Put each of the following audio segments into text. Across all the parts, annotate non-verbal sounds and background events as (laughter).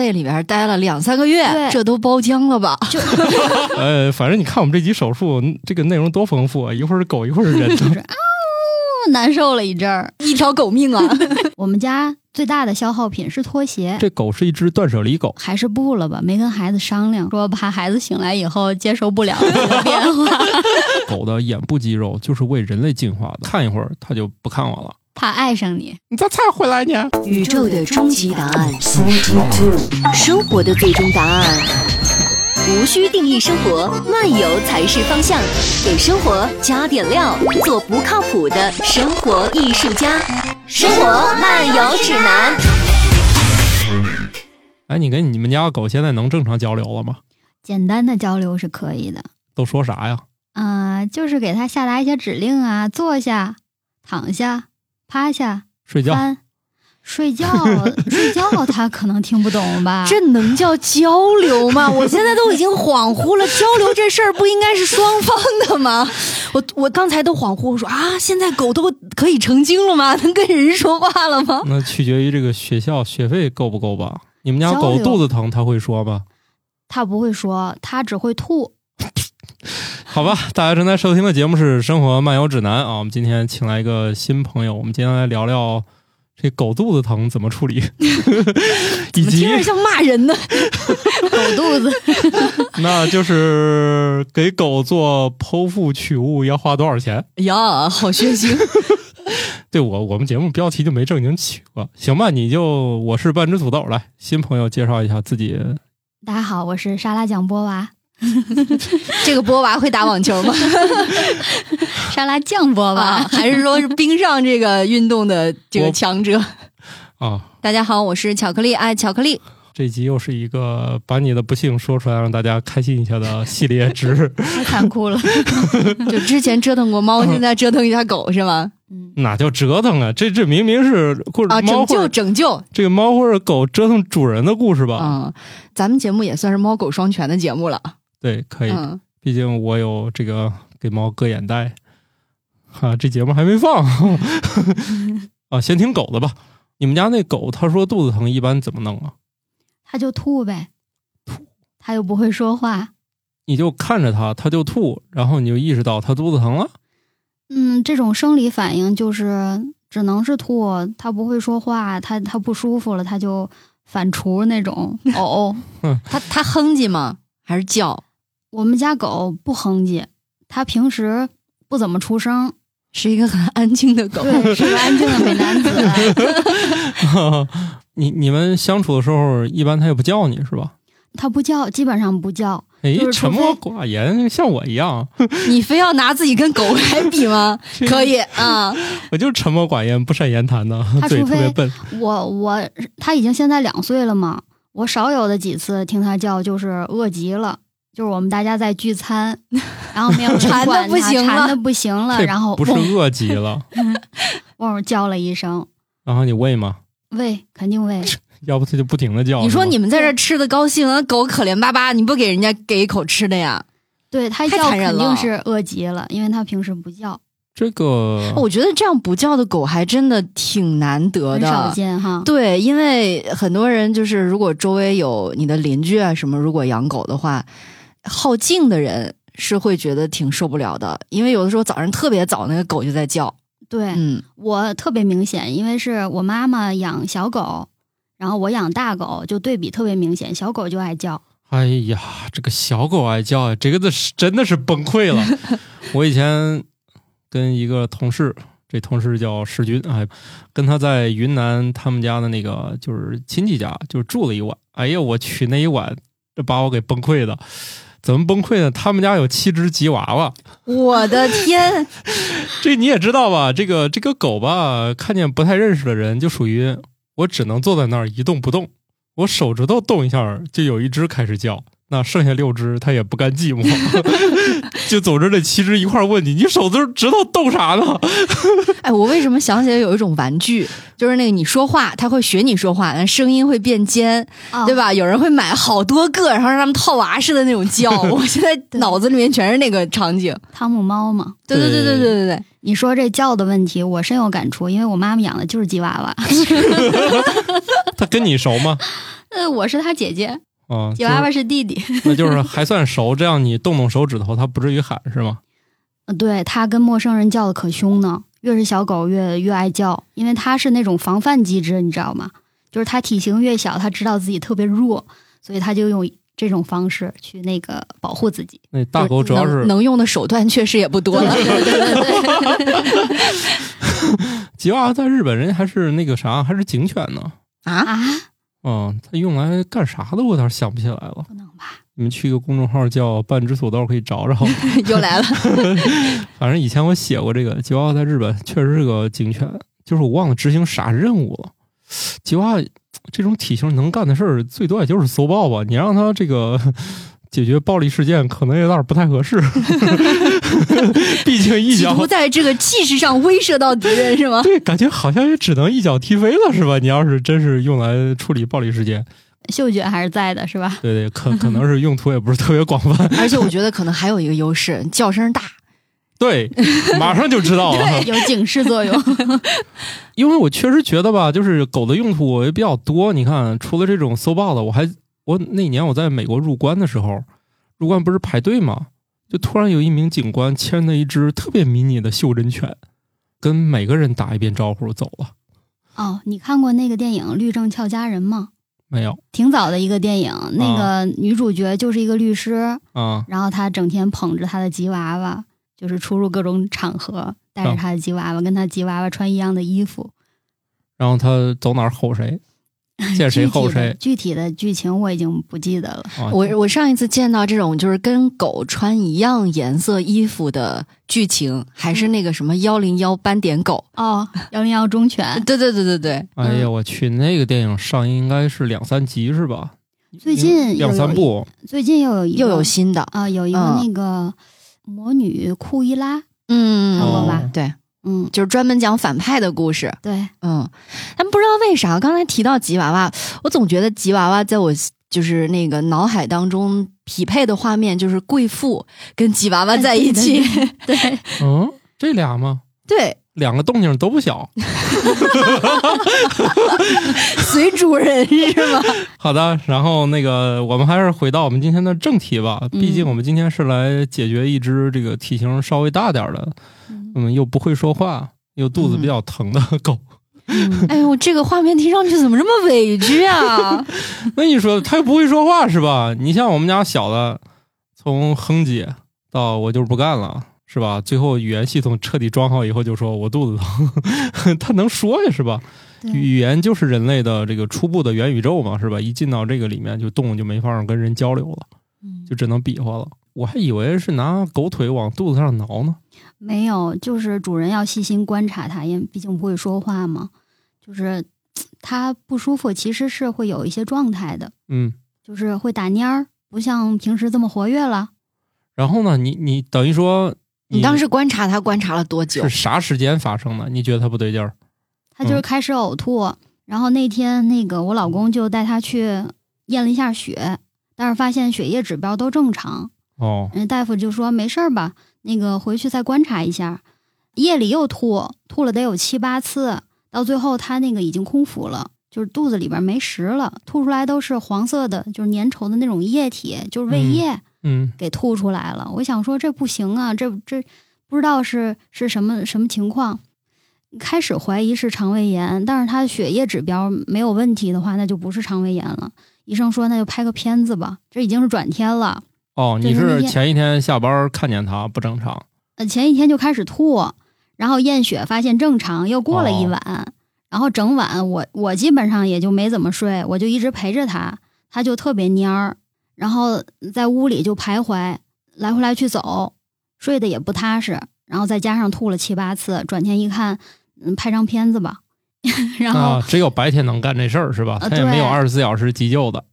那里边待了两三个月，对这都包浆了吧？ (laughs) 呃，反正你看我们这集手术嗯这个内容多丰富啊，一会儿是狗，一会儿是 (laughs) 人。 (laughs) 啊难受了一阵儿。一条狗命 (laughs) 啊！我们家最大的消耗品是拖鞋，这狗是一只断舍离狗，还是不了吧，没跟孩子商量，说怕孩子醒来以后接受不了 (laughs) 这个变化，狗的眼部肌肉就是为人类进化的，看一会儿它就不看我了。怕爱上你。你咋才回来呢？宇宙的终极答案生活的最终答案。无需定义生活，漫游才是方向。给生活加点料，做不靠谱的生活艺术家。生活漫游指南。哎，你跟你们家狗现在能正常交流了吗？简单的交流是可以的，都说啥呀？啊、就是给他下达一些指令啊，坐下、躺下、趴下、睡觉？翻、睡 (laughs) 觉。睡觉他可能听不懂吧？这能叫交流吗？我现在都已经恍惚了，交流这事儿不应该是双方的吗？我我刚才都恍惚，我说啊，现在狗都可以成精了吗？能跟人说话了吗？那取决于这个学校学费够不够吧？你们家交狗流肚子疼，它会说吗？他不会说，他只会吐。好吧，大家正在收听的节目是《生活漫游指南》啊，我们今天请来一个新朋友，我们今天来聊聊这狗肚子疼怎么处 (laughs) 理，以怎么及听着像骂人呢？狗肚子 (laughs) 那就是给狗做剖腹取物要花多少钱？哎呀，好血腥！对我我们节目标题就没正经起过，行吧？你就我是半只土豆，来新朋友介绍一下自己，大家好，我是莎拉酱波娃，这个波娃会打网球吗？莎拉酱波娃。啊，还是说是冰上这个运动的这个我强者？啊。大家好，我是巧克力爱巧克力。这集又是一个把你的不幸说出来，让大家开心一下的系列 (laughs) 之太残酷 (laughs) 了。就之前折腾过猫，现在折腾一下狗是吗？嗯，哪叫折腾啊？这这明明是或者啊，猫拯或救者拯救，这个猫或者狗折腾主人的故事吧？嗯，咱们节目也算是猫狗双全的节目了。对，可哎以，嗯，毕竟我有这个给猫割眼袋，哈、这节目还没放 (laughs) 啊，先听狗的吧。你们家那狗，它说肚子疼，一般怎么弄啊？他就吐呗，他又不会说话。你就看着它，它就吐，然后你就意识到它肚子疼了。 (laughs) 嗯，这种生理反应就是只能是吐，他不会说话，他他不舒服了，他就反刍那 (laughs) 种呕、它它哼唧吗？还是叫？我们家狗不哼唧，它平时不怎么出声，是一个很安静的狗。(laughs) 对，是个 (laughs) 安静的美男 (laughs) 子。你你们相处的时候，一般它也不叫你是吧？它不叫，基本上不叫。哎就，是除沉非默寡言，像我一样，你非要拿自己跟狗来比吗？可以啊，我就是沉默寡言、不善言谈的，它嘴除特非别笨。我我它已经现在两岁了嘛，我少有的几次听它叫就是饿极了。就是我们大家在聚餐， (laughs) 然后没有馋人得管不它行了馋的不行了，这啊然后不是嗡饿极了，嗡叫了一声，然后你喂吗？喂，肯定喂。要不它就不停的叫。你说是吧你们在这吃的高兴，那狗可怜巴巴，你不给人家给一口吃的呀？对，它太叫残忍肯定了是饿极了，因为它平时不叫，这个，哦嗯我觉得这样不叫的狗还真的挺难得很的，少见哈。对，因为很多人就是，如果周围有你的邻居啊什么，如果养狗的话，好静的人是会觉得挺受不了的，因为有的时候早上特别早，那个狗就在叫。对，嗯，我特别明显，因为是我妈妈养小狗，然后我养大狗，就对比特别明显，小狗就爱叫。哎呀，这个小狗爱叫呀，这个的是真的是崩溃了。 (laughs) 我以前跟一个同事，这同事叫石军，哎，跟他在云南他们家的那个就是亲戚家，就是住了一晚。哎呀，我去那一晚，这把我给崩溃的。怎么崩溃呢？他们家有七只吉娃娃，我的天， (laughs) 这你也知道吧？这个这个狗吧，看见不太认识的人，就属于我只能坐在那儿一动不动，我手指头动一下儿，就有一只开始叫。那剩下六只它也不甘寂寞，就总之这七只一块儿问你，你手指指头动啥呢？哎，我为什么想起来有一种玩具，就是那个你说话，它会学你说话，但声音会变尖，啊对？吧？有人会买好多个，然后让他们套娃似的那种叫。我现在脑子里面全是那个场景。汤姆猫嘛，对对对对对对对，你说这叫的问题，我深有感触，因为我妈妈养的就是吉娃娃，它跟你熟吗？ (laughs) 呃，我是她姐姐，啊，吉娃娃是弟弟。就是那就是还算熟，这样你动动手指头，它不至于喊是吗？呃对它跟陌生人叫的可凶呢，越是小狗越越爱叫，因为它是那种防范机制，你知道吗？就是它体型越小，它知道自己特别弱，所以它就用这种方式去那个保护自己。那大狗主要是能能用的手段确实也不 (laughs) 多了。吉娃娃，在日本人家还是那个啥，还是警犬呢。啊，啊，嗯，它用来干啥的？我倒是想不起来了。不能吧？你们去一个公众号叫“半只土豆”，可以找找。又来了。 (laughs) 反正以前我写过这个吉娃娃，在日本确实是个警犬，就是我忘了执行啥任务了。吉娃娃这种体型能干的事儿，最多也就是搜爆吧。你让它这个 (laughs) 解决暴力事件，可能有点不太 (laughs) 合适。毕竟一企脚图在这个气势上威慑到敌人是吗？ (laughs) 对，感觉好像也只能一脚踢飞了，是吧？你要是真是用来处理暴力事件，嗅觉还是在的，是 (laughs) 吧？对对，可可能是用途也不是特别广 (laughs) 泛。而且我觉得可能还有一个优势，叫声大。对，马上就知道了。有警示作用。因为我确实觉得吧，就是狗的用途也比较多。你看，除了这种搜爆的，我还我那年我在美国入关的时候，入关不是排队嘛，就突然有一名警官牵着一只特别迷你的袖珍犬，跟每个人打一遍招呼走了。 (laughs) 哦，你看过那个电影《律政俏佳人》吗？没有挺早的一个电影，那个女主角就是一个律师，啊，然后她整天捧着她的吉娃娃，就是出入各种场合，带嗯着她的吉娃娃，跟她吉娃娃穿一样的衣服。然后他走哪儿吼谁，见谁具体吼的 (laughs) 谁具体的剧情我已经不记得了。啊。我我上一次见到这种就是跟狗穿一样颜色衣服的剧情，还是那个什么幺零幺斑点狗。啊哦，幺零幺忠犬对对对对对，哎嗯呀，我去，那个电影上映应该是两三集是吧？最近又两三有部最近又有一个又有新的，啊、有一个嗯那个魔女库伊拉，嗯看过吧？哦对，嗯，就是专门讲反派的故事。对，嗯，但不知道为啥，刚才提到吉娃娃，我总觉得吉娃娃在我就是那个脑海当中匹配的画面就是贵妇跟吉娃娃啊在一起。 (laughs) 对 (laughs) 对，嗯，这俩吗？ (laughs) 对，两个动静都不小。随主人是吗？好的，然后那个我们还是回到我们今天的正题吧，毕竟我们今天是来解决一只这个体型稍微大点儿的，嗯嗯，又不会说话，又肚子比较疼的狗。嗯 (laughs) 哎呦，这个画面听上去怎么这么委屈啊？那你说它又不会说话是吧？你像我们家小的，从哼姐到我就是不干了。是吧？最后语言系统彻底装好以后，就说我肚子疼， (laughs) 它能说呀，是吧？对语言就是人类的这个初步的元宇宙嘛，是吧？一进到这个里面，就动物就没法跟人交流了，嗯就只能比划了。我还以为是拿狗腿往肚子上挠呢。没有，就是主人要细心观察它，因为毕竟不会说话嘛。就是嘖它不舒服，其实是会有一些状态的，嗯，就是会打蔫儿，不像平时这么活跃了。然后呢，你你等于说你当时观察它观察了多久是？啥时间发生的？你觉得它不对劲儿？它就是嗯开始呕吐，然后那天那个我老公就带它去验了一下血，但是发现血液指标都正常。哦，人家大夫就说没事儿吧，那个回去再观察一下。夜里又吐，吐了得有七八次，到最后他那个已经空腹了，就是肚子里边没食了，吐出来都是黄色的，就是粘稠的那种液体，就是胃嗯液嗯，给吐出来了。我想说这不行啊，这这不知道是是什么什么情况。开始怀疑是肠胃炎，但是他的血液指标没有问题的话，那就不是肠胃炎了。医生说那就拍个片子吧，这已经是转天了。哦，就你是那是天前一天下班看见它不正常，呃，前一天就开始吐，然后验血发现正常，又过了一晚，然后整晚我我基本上也就没怎么睡，我就一直陪着他，他就特别蔫儿，然后在屋里就徘徊，来回来去走，睡得也不踏实，然后再加上吐了七八次，转天一看，嗯，拍张片子吧，然后 (laughs) 啊啊，只有白天能干这事儿是吧？呃它也没有对二十四小时急救的。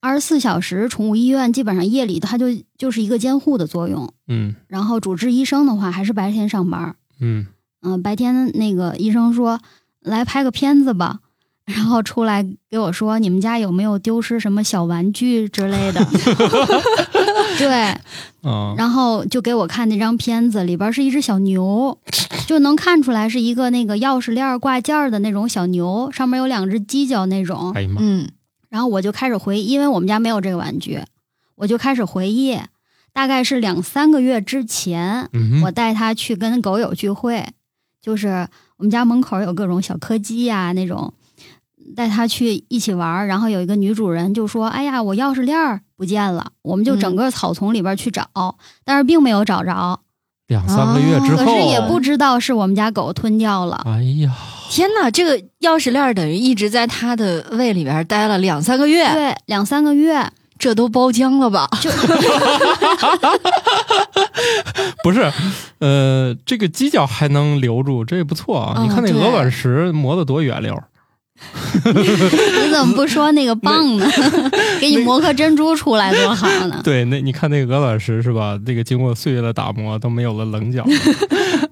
二十四小时宠物医院基本上夜里它就就是一个监护的作用，嗯然后主治医生的话还是白天上班儿。嗯，嗯、白天那个医生说来拍个片子吧， (laughs) 然后出来给我说你们家有没有丢失什么小玩具之类的。 (laughs) 对，啊，然后就给我看那张片子，里边是一只小牛，就能看出来是一个那个钥匙链挂件儿的那种小牛，上面有两只犄角那种。哎呀妈，嗯，然后我就开始回忆，因为我们家没有这个玩具，我就开始回忆，大概是两三个月之前，嗯我带它去跟狗友聚会，就是我们家门口有各种小柯基呀、那种，带它去一起玩儿。然后有一个女主人就说：“哎呀，我钥匙链儿不见了。”我嗯们就整个草丛里边去找，但是并没有找着，哦两三个月之啊可后，啊是也不知道是我们家狗吞掉了。哎呀，天哪，这个钥匙链儿等于一直在他的胃里边待了两三个月，对，两三个 (laughs) 月，这都包浆了吧？就 (laughs) (laughs) 不是，呃，这个犄角还能留住，这也不错啊。嗯哦你看那对鹅卵石磨得多圆溜儿，你怎么不说那个棒呢？ (laughs) 给你磨颗珍珠出来多好呢！对，那你看那个鹅卵石是吧？这个经过岁月的打磨，都没有了棱 (laughs) 角，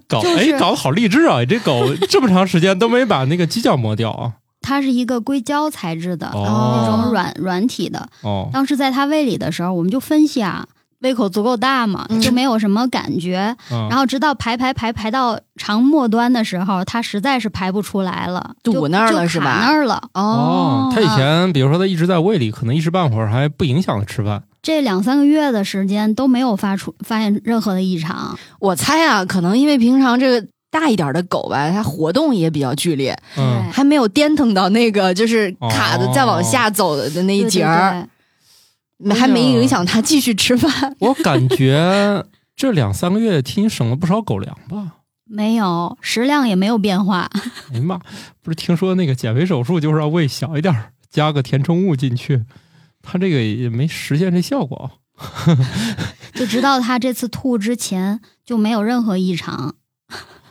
搞就哎是搞得好励志啊！这狗这么长时间都没把那个犄角磨掉啊。它是一个硅胶材质的，那哦种软软体的。哦，当时在它胃里的时候，我们就分析啊，胃口足够大嘛，嗯就没有什么感觉。嗯啊然后直到排排排排到肠末端的时候，它实在是排不出来了，堵就那儿了就是卡吧那儿了。哦，它以啊前比如说它一直在胃里，可能一时半会儿还不影响它吃饭。这两三个月的时间都没有发出发现任何的异常，我猜啊，可能因为平常这个大一点的狗吧，它活动也比较剧烈，嗯，还没有颠腾到那个就是卡的哦再往下走的那一对节儿，。还没影响它继续吃饭。我感觉这两三个月替你省了不少狗粮吧。对对没有食量也没有变化， (laughs) 哎呀妈，不是听说那个减肥手术就是让胃小一点儿，加个填充物进去，它这个也没实现这效果。就直到它这次吐之前就没有任何异常，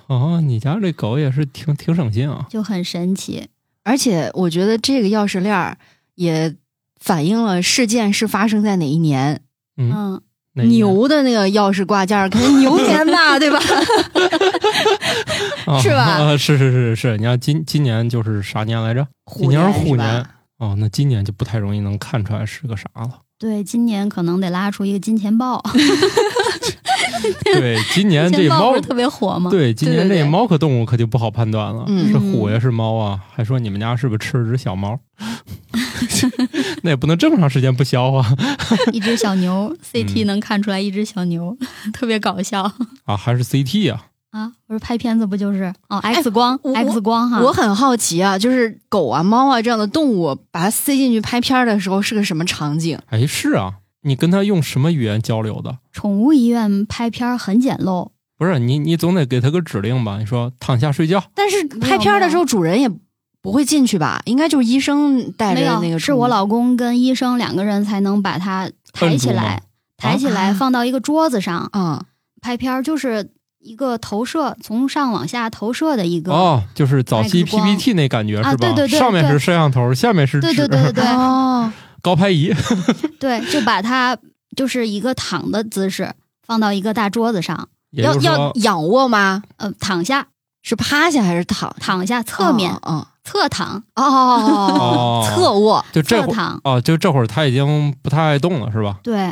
哦，你家这狗也是挺挺省心啊。就很神奇。而且我觉得这个钥匙链儿也反映了事件是发生在哪一年。嗯，嗯，那一年牛的那个钥匙挂件儿，肯定牛年 (laughs) 吧，对吧？啊是吧啊 (laughs) 是是是是，你看今今年就是啥年来着？今年是虎吧年。哦，那今年就不太容易能看出来是个啥 (laughs) 了。对，今年可能得拉出一个金钱豹，对，今年金这钱豹猫不是特别火吗？对，今对年对这对猫科动物可就不好判断了，嗯是虎呀，是猫啊？还说你们家是不是吃了只小猫？ (laughs) 那也不能这么长时间不消啊化 (laughs) 一只小牛，CT 嗯能看出来一只小牛， (laughs) 特别搞笑啊！还是 CT 呀、啊！我说拍片子不就是哦，X 光哎我，X 光哈，我很好奇啊，就是狗啊、猫啊这样的动物，把它塞进去拍片儿的时候是个什么场景？哎，是啊，你跟它用什么语言交流的？宠物医院拍片儿很简陋，不是你，你总得给它个指令吧？你说躺下睡觉，但是拍片儿的时候，主人也不会进去吧？应该就是医生带着没有，那个宠物。是我老公跟医生两个人才能把它抬起摁来，抬起来啊放到一个桌子上、嗯，拍片儿，就是一个投射，从上往下投射的一个。哦，就是早期 X 光 PPT 那感觉是吧？啊对对对上面是对摄像头，下面是纸，对对对对对、哦， (laughs) 高 (laughs) 拍仪。对，就把它就是一个躺的姿势放到一个大桌子上，也要就是要说，仰卧吗？呃，躺下，是趴下还是躺？躺下，侧面、嗯，侧躺，嗯哦哦，侧卧。就这侧会儿躺，哦，就这会儿它已经不太爱动了，是吧？对，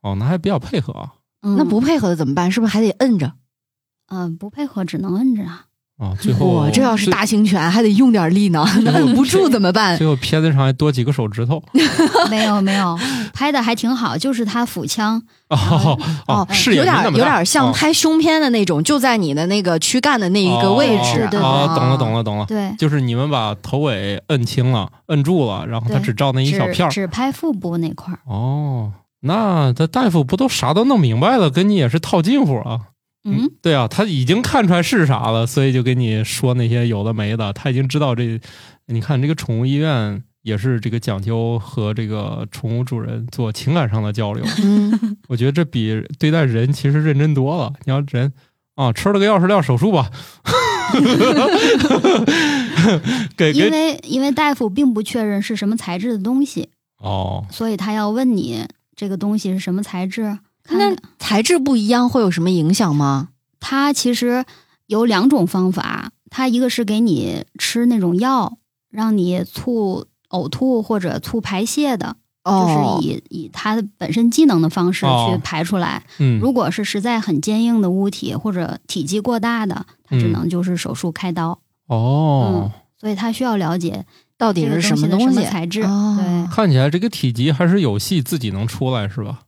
哦，那还比较配合啊。嗯，那不配合的怎么办？是不是还得摁着？嗯、不配合只能摁着啊，哦，最哇后，这要是大型犬，还得用点力呢，那摁不住怎么办？ (laughs) 最后片子上还多几个手指头。 (laughs) (laughs) 没有没有，拍的还挺好，就是他腹腔，哦哦，视野有没点那么有大点像哦拍胸片的那种，就在你的那个躯干的那一个哦位置。啊对对哦，懂了懂了。了懂了，对，就是你们把头尾摁轻了，摁住了，然后它对只照那一小片只儿。只拍腹部那块儿，哦，那他大夫不都啥都弄明白了，跟你也是套近乎啊？嗯，对啊，他已经看出来是啥了，所以就跟你说那些有的没的。他已经知道这，你看这个宠物医院也是这个讲究和这个宠物主人做情感上的 (laughs) 交流。嗯，我觉得这比对待人其实认真多了。你要人啊，吃了个钥匙链手术吧，给因给 (laughs) 为因为大夫并不确认是什么材质的东西，哦，所以他要问你这个东西是什么材质。看那看材质不一样会有什么影响吗？它其实有两种方法，它一个是给你吃那种药，让你促呕吐或者促排泄的，哦，就是以以它本身机能的方式去哦排出来。嗯，如果是实在很坚硬的物体或者体积过大的，它只嗯能嗯就是手术开刀。哦，所以他需要了解到底这个是什么东东西的西？什么材质。哦对，看起来这个体积还是有戏自己能出来是吧？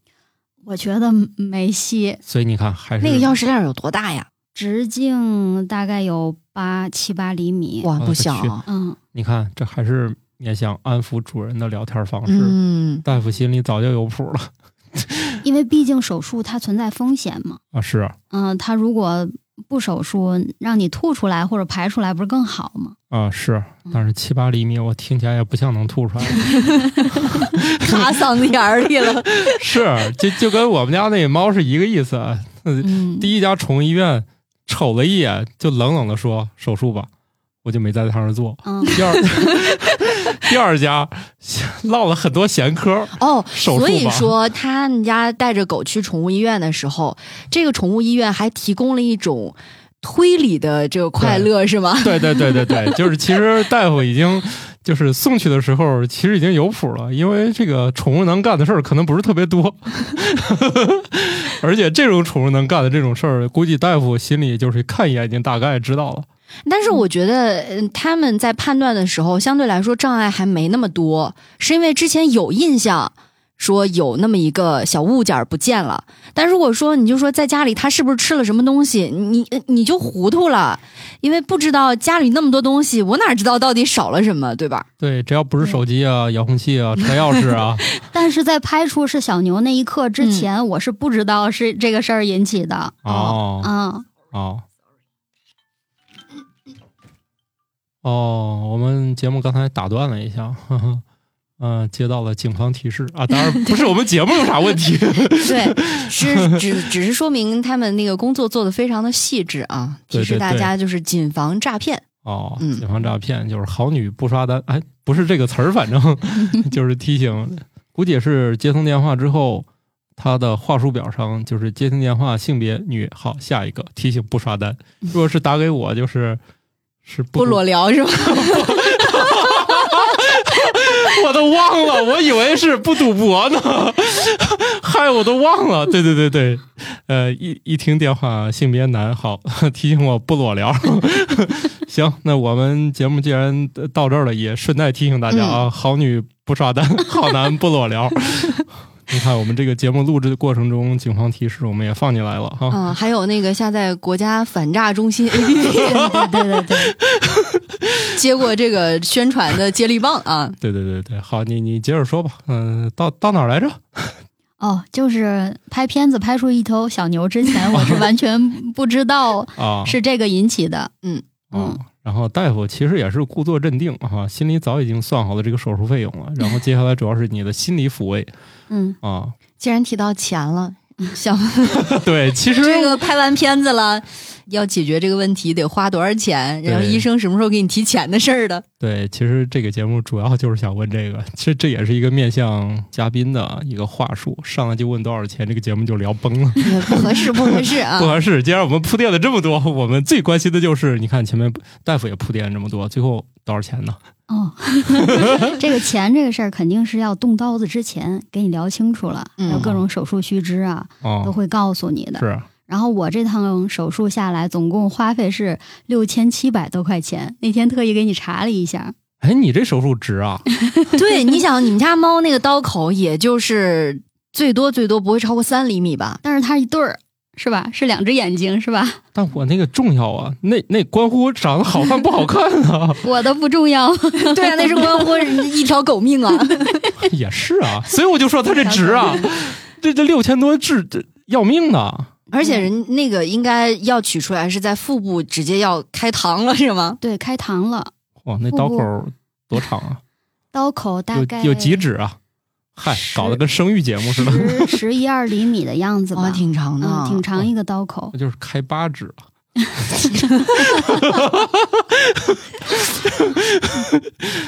我觉得没戏，所以你看，还是那个钥匙链有多大呀？直径大概有八七八厘米。哇，我的不小去啊。嗯，你看，这还是面向安抚主人的聊天方式。嗯，大夫心里早就有谱了因为毕竟手术它存在风险嘛。啊，是啊嗯、它如果不手术，让你吐出来或者排出来，不是更好吗？啊是，嗯但是七八厘米我听起来也不像能 (laughs) 吐出来，哦 (laughs) 卡嗓子眼儿里了。是啊就就跟我们家那猫是一个意思。啊。嗯，第一家宠物医院瞅了一眼，就冷冷的说手术吧，我就没在他那儿做。嗯，第二 (laughs) 第二家 (laughs) 唠了很多闲嗑，哦，手术吧所以说他们家带着狗去宠物医院的时候，这个宠物医院还提供了一种推理的这个快乐，是吗？对对对对对，就是其实大夫已经就是送去的时候，其实已经有谱了，因为这个宠物能干的事儿可能不是特别多， (laughs) 而且这种宠物能干的这种事儿，估计大夫心里就是看一眼已经大概知道了。但是我觉得嗯他们在判断的时候，相对来说障碍还没那么多，是因为之前有印象。说有那么一个小物件儿不见了，但如果说你就说在家里他是不是吃了什么东西，你你就糊涂了，因为不知道家里那么多东西，我哪知道到底少了什么，对吧？对，只要不是手机啊、遥控器啊、车钥匙啊，但是在拍出是小牛那一刻之前，我是不知道是这个事儿引起的。哦嗯，哦哦，我们节目刚才打断了一下，呵呵嗯、接到了警方提示啊，当然不是我们节目有啥问题。对， (laughs) 是只只是说明他们那个工作做的非常的细致啊，对提示对大对家就是谨防诈骗。哦，嗯解放诈骗就是好女不刷单，哎，不是这个词儿，反正 (laughs) 就是提醒，估计也是接通电话之后，他的话术表上就是接听电话，性别女，好，下一个提醒不刷单。如果是打给我，就是是不不裸聊 (laughs) 是吧？我都忘了，我以为是不赌博呢，嗨，我都忘了。对对对对，呃，一一听电话性别男，好 (laughs) 提醒我不裸聊。 (laughs) 行，那我们节目既然到这儿了，也顺带提醒大家啊，好女不刷单，好男不裸聊。 (laughs) 你看，我们这个节目录制的过程中，警方提示我们也放进来了哈。嗯，还有那个下载国家反诈中 (laughs) 心 (laughs) APP，对对对对，接过这个宣传的接力棒啊。对对对对，好，你你接着说吧。嗯、到到哪儿来着？哦，就是拍片子拍出一头小牛之 (laughs) 前，我是完全不知道啊，是这个引起的。啊、嗯然后大夫其实也是故作镇定哈、心里早已经算好了这个手术费用了。然后接下来主要是你的心理抚慰嗯，啊， (laughs) 既然提到钱了，想对，其实这个拍完片子了，要解决这个问题得花多少钱？然后对医生什么时候给你提钱的事儿的？对，其实这个节目主要就是想问这个，这这也是一个面向嘉宾的一个话术，上来就问多少钱，这个节目就聊崩了，不合 (laughs) 适，不合适啊不！合适。既然我们铺垫了这么多，我们最关心的就是，你看前面大夫也铺垫这么多，最后多少钱呢？哦， (laughs) 这个钱这个事儿肯定是要动刀子之前给你聊清楚了，嗯还有各种手术须知啊，都哦，会告诉你的。是然后我这趟手术下来，总共花费是六千七百多块钱。那天特意给你查了一下，哎，你这手术值啊？对，你想你们家猫那个刀口，也就是最多最多不会超过三厘米吧？但是它一对儿是吧？是两只眼睛是吧？ (laughs) 但我那个重要啊，那那关乎长得好看不好看啊。我的不重要， (laughs) 对啊，那是关乎一条狗命 (laughs) 啊！ (laughs) 也是啊，所以我就说他这值啊，这这六千多治这要命的。而且人那个应该要取出来是在腹部直接要开膛了，是吗？ (laughs) 对，开膛了，哇，那刀口多长啊？刀口大概有有几指啊？嗨，十搞得跟生育节目似的，十十一二厘米的样子吧，哇，挺长的啊，嗯挺长一个刀口。 (laughs) 那就是开八指啊。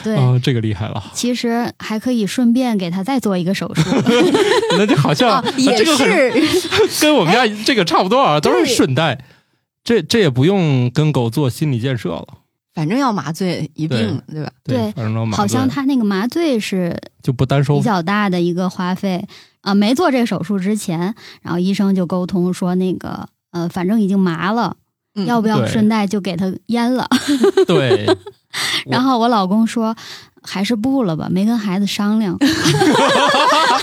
对，啊，这个厉害了， (laughs) 其实还可以顺便给他再做一个手术。那就好哦像、啊，也这个很是跟我们家哎这个差不多啊，都是对顺带。这这也不用跟狗做心理建设了，反正要麻醉一并，对吧？对反正 (laughs) 都麻好像醉他那个麻醉是就不单收比较大的一个花费啊、没做这手术之前，然后医生就沟通说那个呃，反正已经麻了，嗯要不要对顺带就给他阉了？ (laughs) 对，我然后我老公说还是不了吧，没跟孩子商量。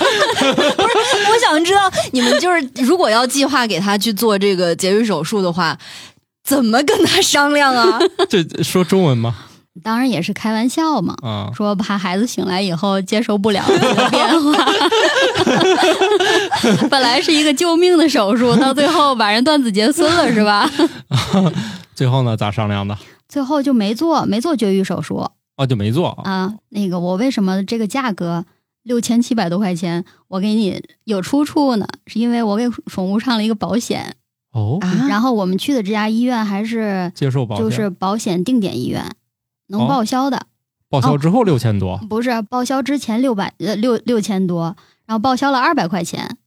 我想知道你们就是如果要计划给他去做这个节育手术的话，怎么跟他商量 (laughs) 啊？这说中文吗？当然也是开玩笑嘛，啊，说怕孩子醒来以后接受不了这个变化。本来是一个救命的手术，到最后把人断子绝孙了，是吧？最后呢咋商量的？最后就没做，没做绝育手术哦，就没做啊。啊。那个我为什么这个价格六千七百多块钱，我给你有出处呢？是因为我给宠物上了一个保险，哦，啊，然后我们去的这家医院还是接受保险，就是保险定点医院，能哦报销的。报销之后六千多，不是报销之前六百呃六六千多，然后报销了二百块钱。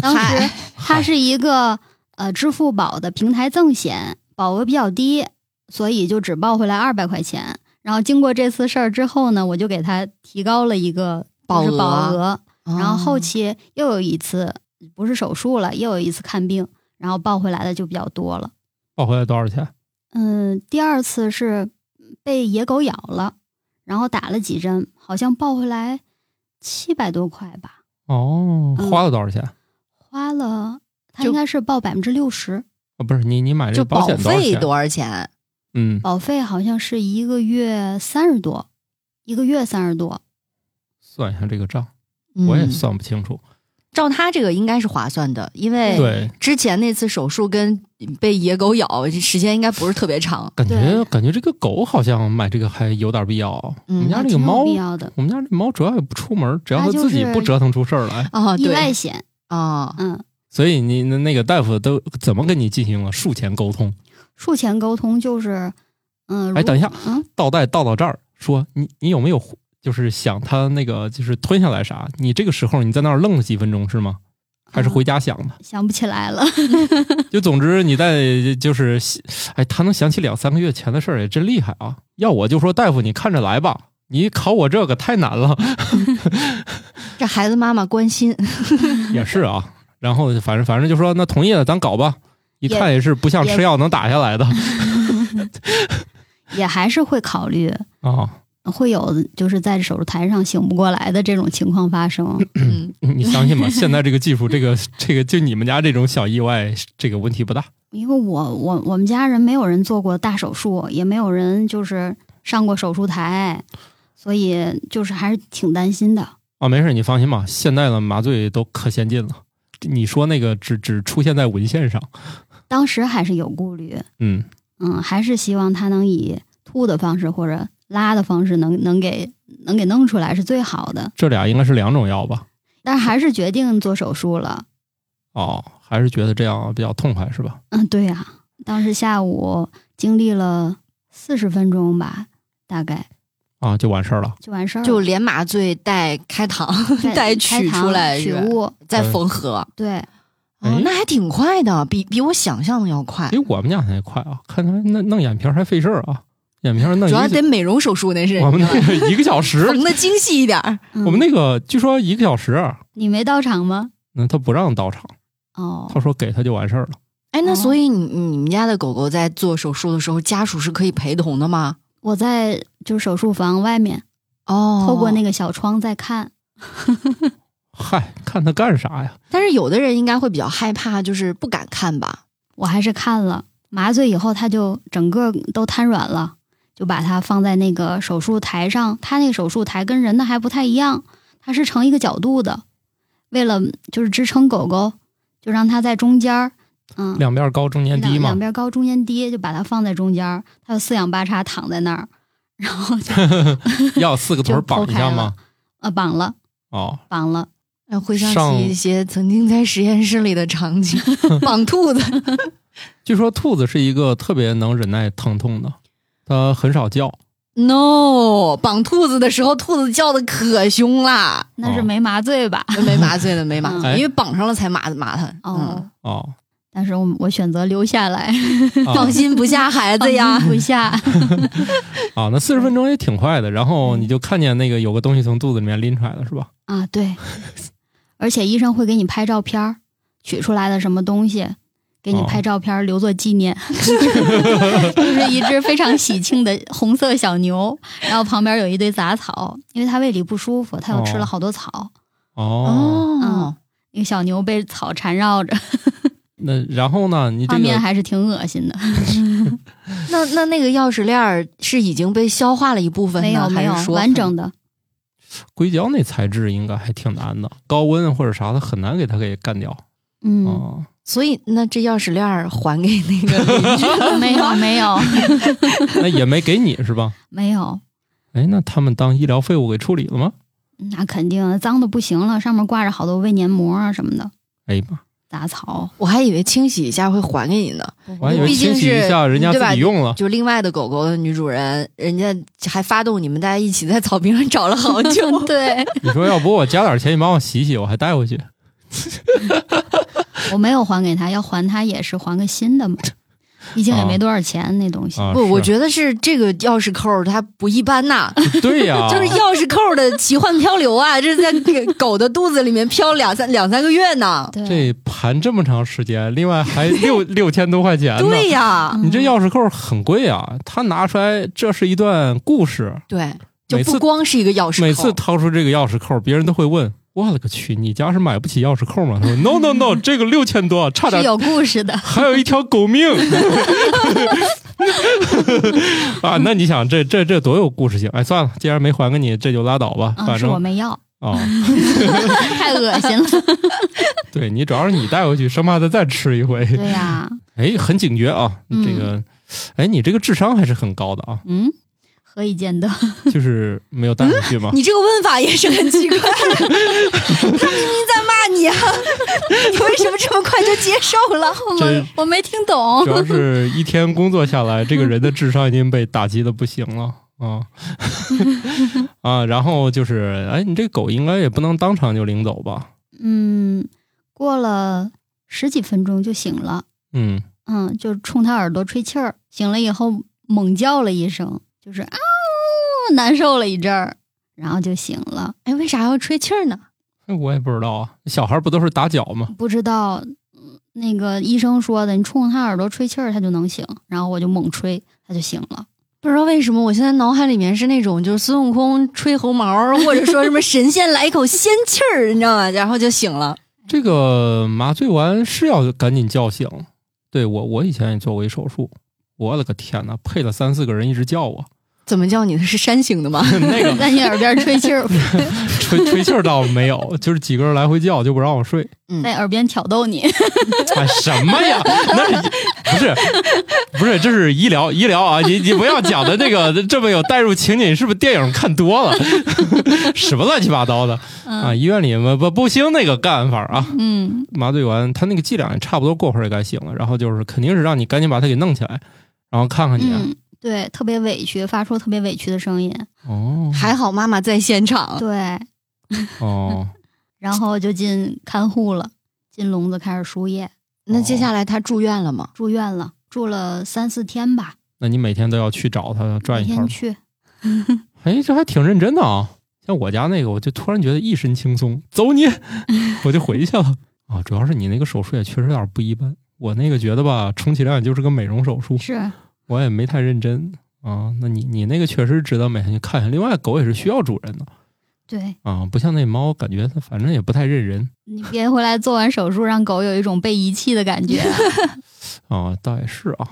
当时嗨 (laughs) 它是一个呃支付宝的平台赠险，保额比较低，所以就只报回来二百块钱。然后经过这次事儿之后呢，我就给他提高了一个保就是保额额，然后后哦期又有一次不是手术了，又有一次看病，然后报回来的就比较多了。报回来多少钱？嗯，第二次是被野狗咬了，然后打了几针，好像抱回来七百多块吧，哦，嗯花了多少钱？花了他就应该是报百分之六十，啊，不是你你买这就保保险多少费钱？多少钱？嗯，保费好像是一个月三十多，一个月三十多，算一下这个账，嗯我也算不清楚。照他这个应该是划算的，因为对，之前那次手术跟被野狗咬时间应该不是特别长。感觉对感觉这个狗好像买这个还有点必要。我嗯们家还这挺有个猫，必要的。我们家这猫主要也不出门，只要它它就自己是不折腾出事儿来，哦，意外对险，哦，嗯，所以你那那个大夫都怎么跟你进行了术前沟通？术前沟通就是，嗯，哎，如等一下，嗯，倒带倒到这儿，说你你有没有就是想他那个就是吞下来啥？你这个时候你在那儿愣了几分钟是吗？还是啊回家想的？想不起来了， (laughs) 就总之你在就是，哎，他能想起两三个月前的事儿也真厉害啊！要我就说大夫你看着来吧，你考我这个太难了，这孩子妈妈关心，也是啊。然后反正反正就说那同意了，咱搞吧。一也看也是不像也吃药能打下来的也还是会考虑。啊！会有就是在手术台上醒不过来的这种情况发生，嗯，你相信吗？现在这个技术，这个这个就你们家这种小意外，这个问题不大。因为我我我们家人没有人做过大手术，也没有人就是上过手术台，所以就是还是挺担心的。啊，没事，你放心吧，现在的麻醉都可先进了。你说那个只只出现在文献上，当时还是有顾虑，嗯，嗯，还是希望他能以吐的方式或者拉的方式能能给能给弄出来是最好的，这俩应该是两种药吧？但是还是决定做手术了。哦，还是觉得这样比较痛快是吧？嗯，对呀、当时下午经历了四十分钟吧，大概啊，就完事儿了。就完事儿了，就连麻醉带开膛 (laughs) 带带取出来取是吧物，再缝合，对，哦哎，那还挺快的，比比我想象的要快比。哎我们家还快啊！看他弄弄眼皮儿还费事儿啊，眼皮儿弄一主要个得美容手术那是，我们你知道那吧个一个小时，缝的精细一点儿。嗯我们那个据说一个小时，啊你没到场吗？那他不让到场，哦，他说给他就完事儿了。哎，那哦所以你你们家的狗狗在做手术的时候，家属是可以陪同的吗？我在就是手术房外面，哦，透过那个，个小窗在看。嗨，看他干啥呀？但是有的人应该会比较害怕，就是不敢看吧？我还是看了麻醉以后，他就整个都瘫软了，就把它放在那个手术台上。他那个手术台跟人的还不太一样，它是成一个角度的，为了就是支撑狗狗，就让它在中间儿，嗯，两边高中间低两嘛两，边高中间低，就把它放在中间儿，它就四仰八叉躺在那儿，然后就要四个腿儿就绑剖一开下吗？呃绑了哦，绑了。哎，回想上起一些曾经在实验室里的场景， (laughs) 绑兔子，据说兔子是一个特别能忍耐疼痛的，它很少叫， No，绑兔子的时候，兔子叫的可凶啦，嗯那哦是没麻醉吧？ (laughs) 没麻醉的，没麻醉，哎因为绑上了才麻麻它。嗯，哦， (laughs) 哦，但是我我选择留下来，啊哦放心不下孩子放呀心。不下。啊，那四十分钟也挺快的，然后你就看见那个有个东西从肚子里面拎出来了，是吧？ (laughs) 啊，对，而且医生会给你拍照片儿，取出来的什么东西，给你哦拍照片儿留作纪念。 (laughs) 就是一只非常喜庆的红色小牛，然后旁边有一堆杂草，因为它胃里不舒服，它又吃了哦好多草。哦，嗯，那个小牛被草缠绕着，那然后呢？你画这面个还是挺恶心 (laughs) 的。那那那个钥匙链儿是已经被消化了一部分呢，没有没有还是说完整的，硅胶那材质应该还挺难的，高温或者啥的很难给它给干掉。嗯，哦，所以那这钥匙链儿还给那 (laughs) 个邻居 (laughs) 没有没有 (laughs) 那也没给你 (laughs) 是吧？没有，哎，那他们当医疗废物给处理了吗？那肯定脏的不行了，上面挂着好多胃黏膜啊什么的哎呀妈，杂草。我还以为清洗一下会还给你呢，我还以因为毕竟清洗一是下人家对自吧己 (laughs) 用了。就另外的狗狗的女主人，人家还发动你们大家一起在草坪上找了好久。 (laughs) 对，你说要不我加点钱，你帮我洗洗，我还带回去。我没有还给他，要还他也是还个新的嘛，毕竟也没多少钱那东西。啊，不，我是觉得是这个钥匙扣儿它不一般 (laughs) 呐，对呀、就是钥匙扣儿的奇幻漂流啊，这是在那个狗的肚子里面飘两三两三个月呢。对，这盘这么长时间，另外还 (laughs) 六六千多块钱呢。对呀，你这钥匙扣很贵啊，他拿出来这是一段故事，对，就每次不光是一个钥匙扣，每次掏出这个钥匙扣，别人都会问。我勒个去！你家是买不起钥匙扣吗？他说 No No (laughs) No，这个六千多，差是点。有故事的还有一条狗命 (laughs) 啊！那你想，这这这多有故事性！哎，算了，既然没还给你，这就拉倒吧。啊，反是正我啊、没要， (laughs) 太恶心 (laughs) 了。对你主要是你带回去，生怕他再吃一回。 (laughs) 对呀、哎，很警觉啊，嗯这个，哎，你这个智商还是很高的啊，嗯，何以见得？就是没有带回去嘛。 (laughs) 你这个问法也是很奇 (laughs) 怪，他明明在骂你啊， (laughs) 你为什么这么快就接受了？这我没听懂 (laughs) 主。要是一天工作下来，这个人的智商已经被打击的不行了啊啊！然后就是，哎，你这狗应该也不能当场就领走吧？嗯，过了十几分钟就醒了，嗯，嗯，就冲他耳朵吹气儿。醒了以后猛叫了一声，就是啊呜，难受了一阵儿，然后就醒了。哎，为啥要吹气儿呢？那我也不知道啊。小孩不都是打脚吗？不知道，嗯那个医生说的，你冲他耳朵吹气儿，他就能醒。然后我就猛吹，他就醒了。不知道为什么，我现在脑海里面是那种就是孙悟空吹猴毛儿，或者说什么神仙来一口仙气儿，你知道吗？然后就醒了。这个麻醉完是要赶紧叫醒。对我，我以前也做过一手术，我勒个天呐，配了三四个人一直叫我，怎么叫你的？是山醒的吗？那个在你耳边吹气 (laughs) 儿，吹吹气儿倒没有，就是几个人来回叫就不让我睡。在耳边挑逗你。哎，什 (laughs) 么呀？那不是不是，这是医疗医疗啊！你你不要讲的这个 (laughs) 这么有代入情景，你是不是电影看多了？ (laughs) 什么乱七八糟的啊！医院里不不不兴那个干法啊！嗯，麻醉完，他那个剂量也差不多，过会儿也该醒了。然后就是肯定是让你赶紧把他给弄起来，然后看看你。啊嗯，对，特别委屈，发出特别委屈的声音。哦还好妈妈在现啊场。对，哦，然后就进看护了，进笼子开始输液，那接下来她住院了吗？住院了，住了三四天吧，那你每天都要去找他转每一天圈吗？去。哎，这还挺认真的啊！像我家那个，我就突然觉得一身轻松，走你，我就回去了啊。主要是你那个手术也确实有点不一般，我那个觉得吧，充其量也就是个美容手术，是，我也没太认真啊。那你你那个确实值得每天去看一下。另外，狗也是需要主人的对啊，不像那猫，感觉它反正也不太认人你别回来做完手术，让狗有一种被遗弃的感 (laughs) 觉。啊。倒也是啊，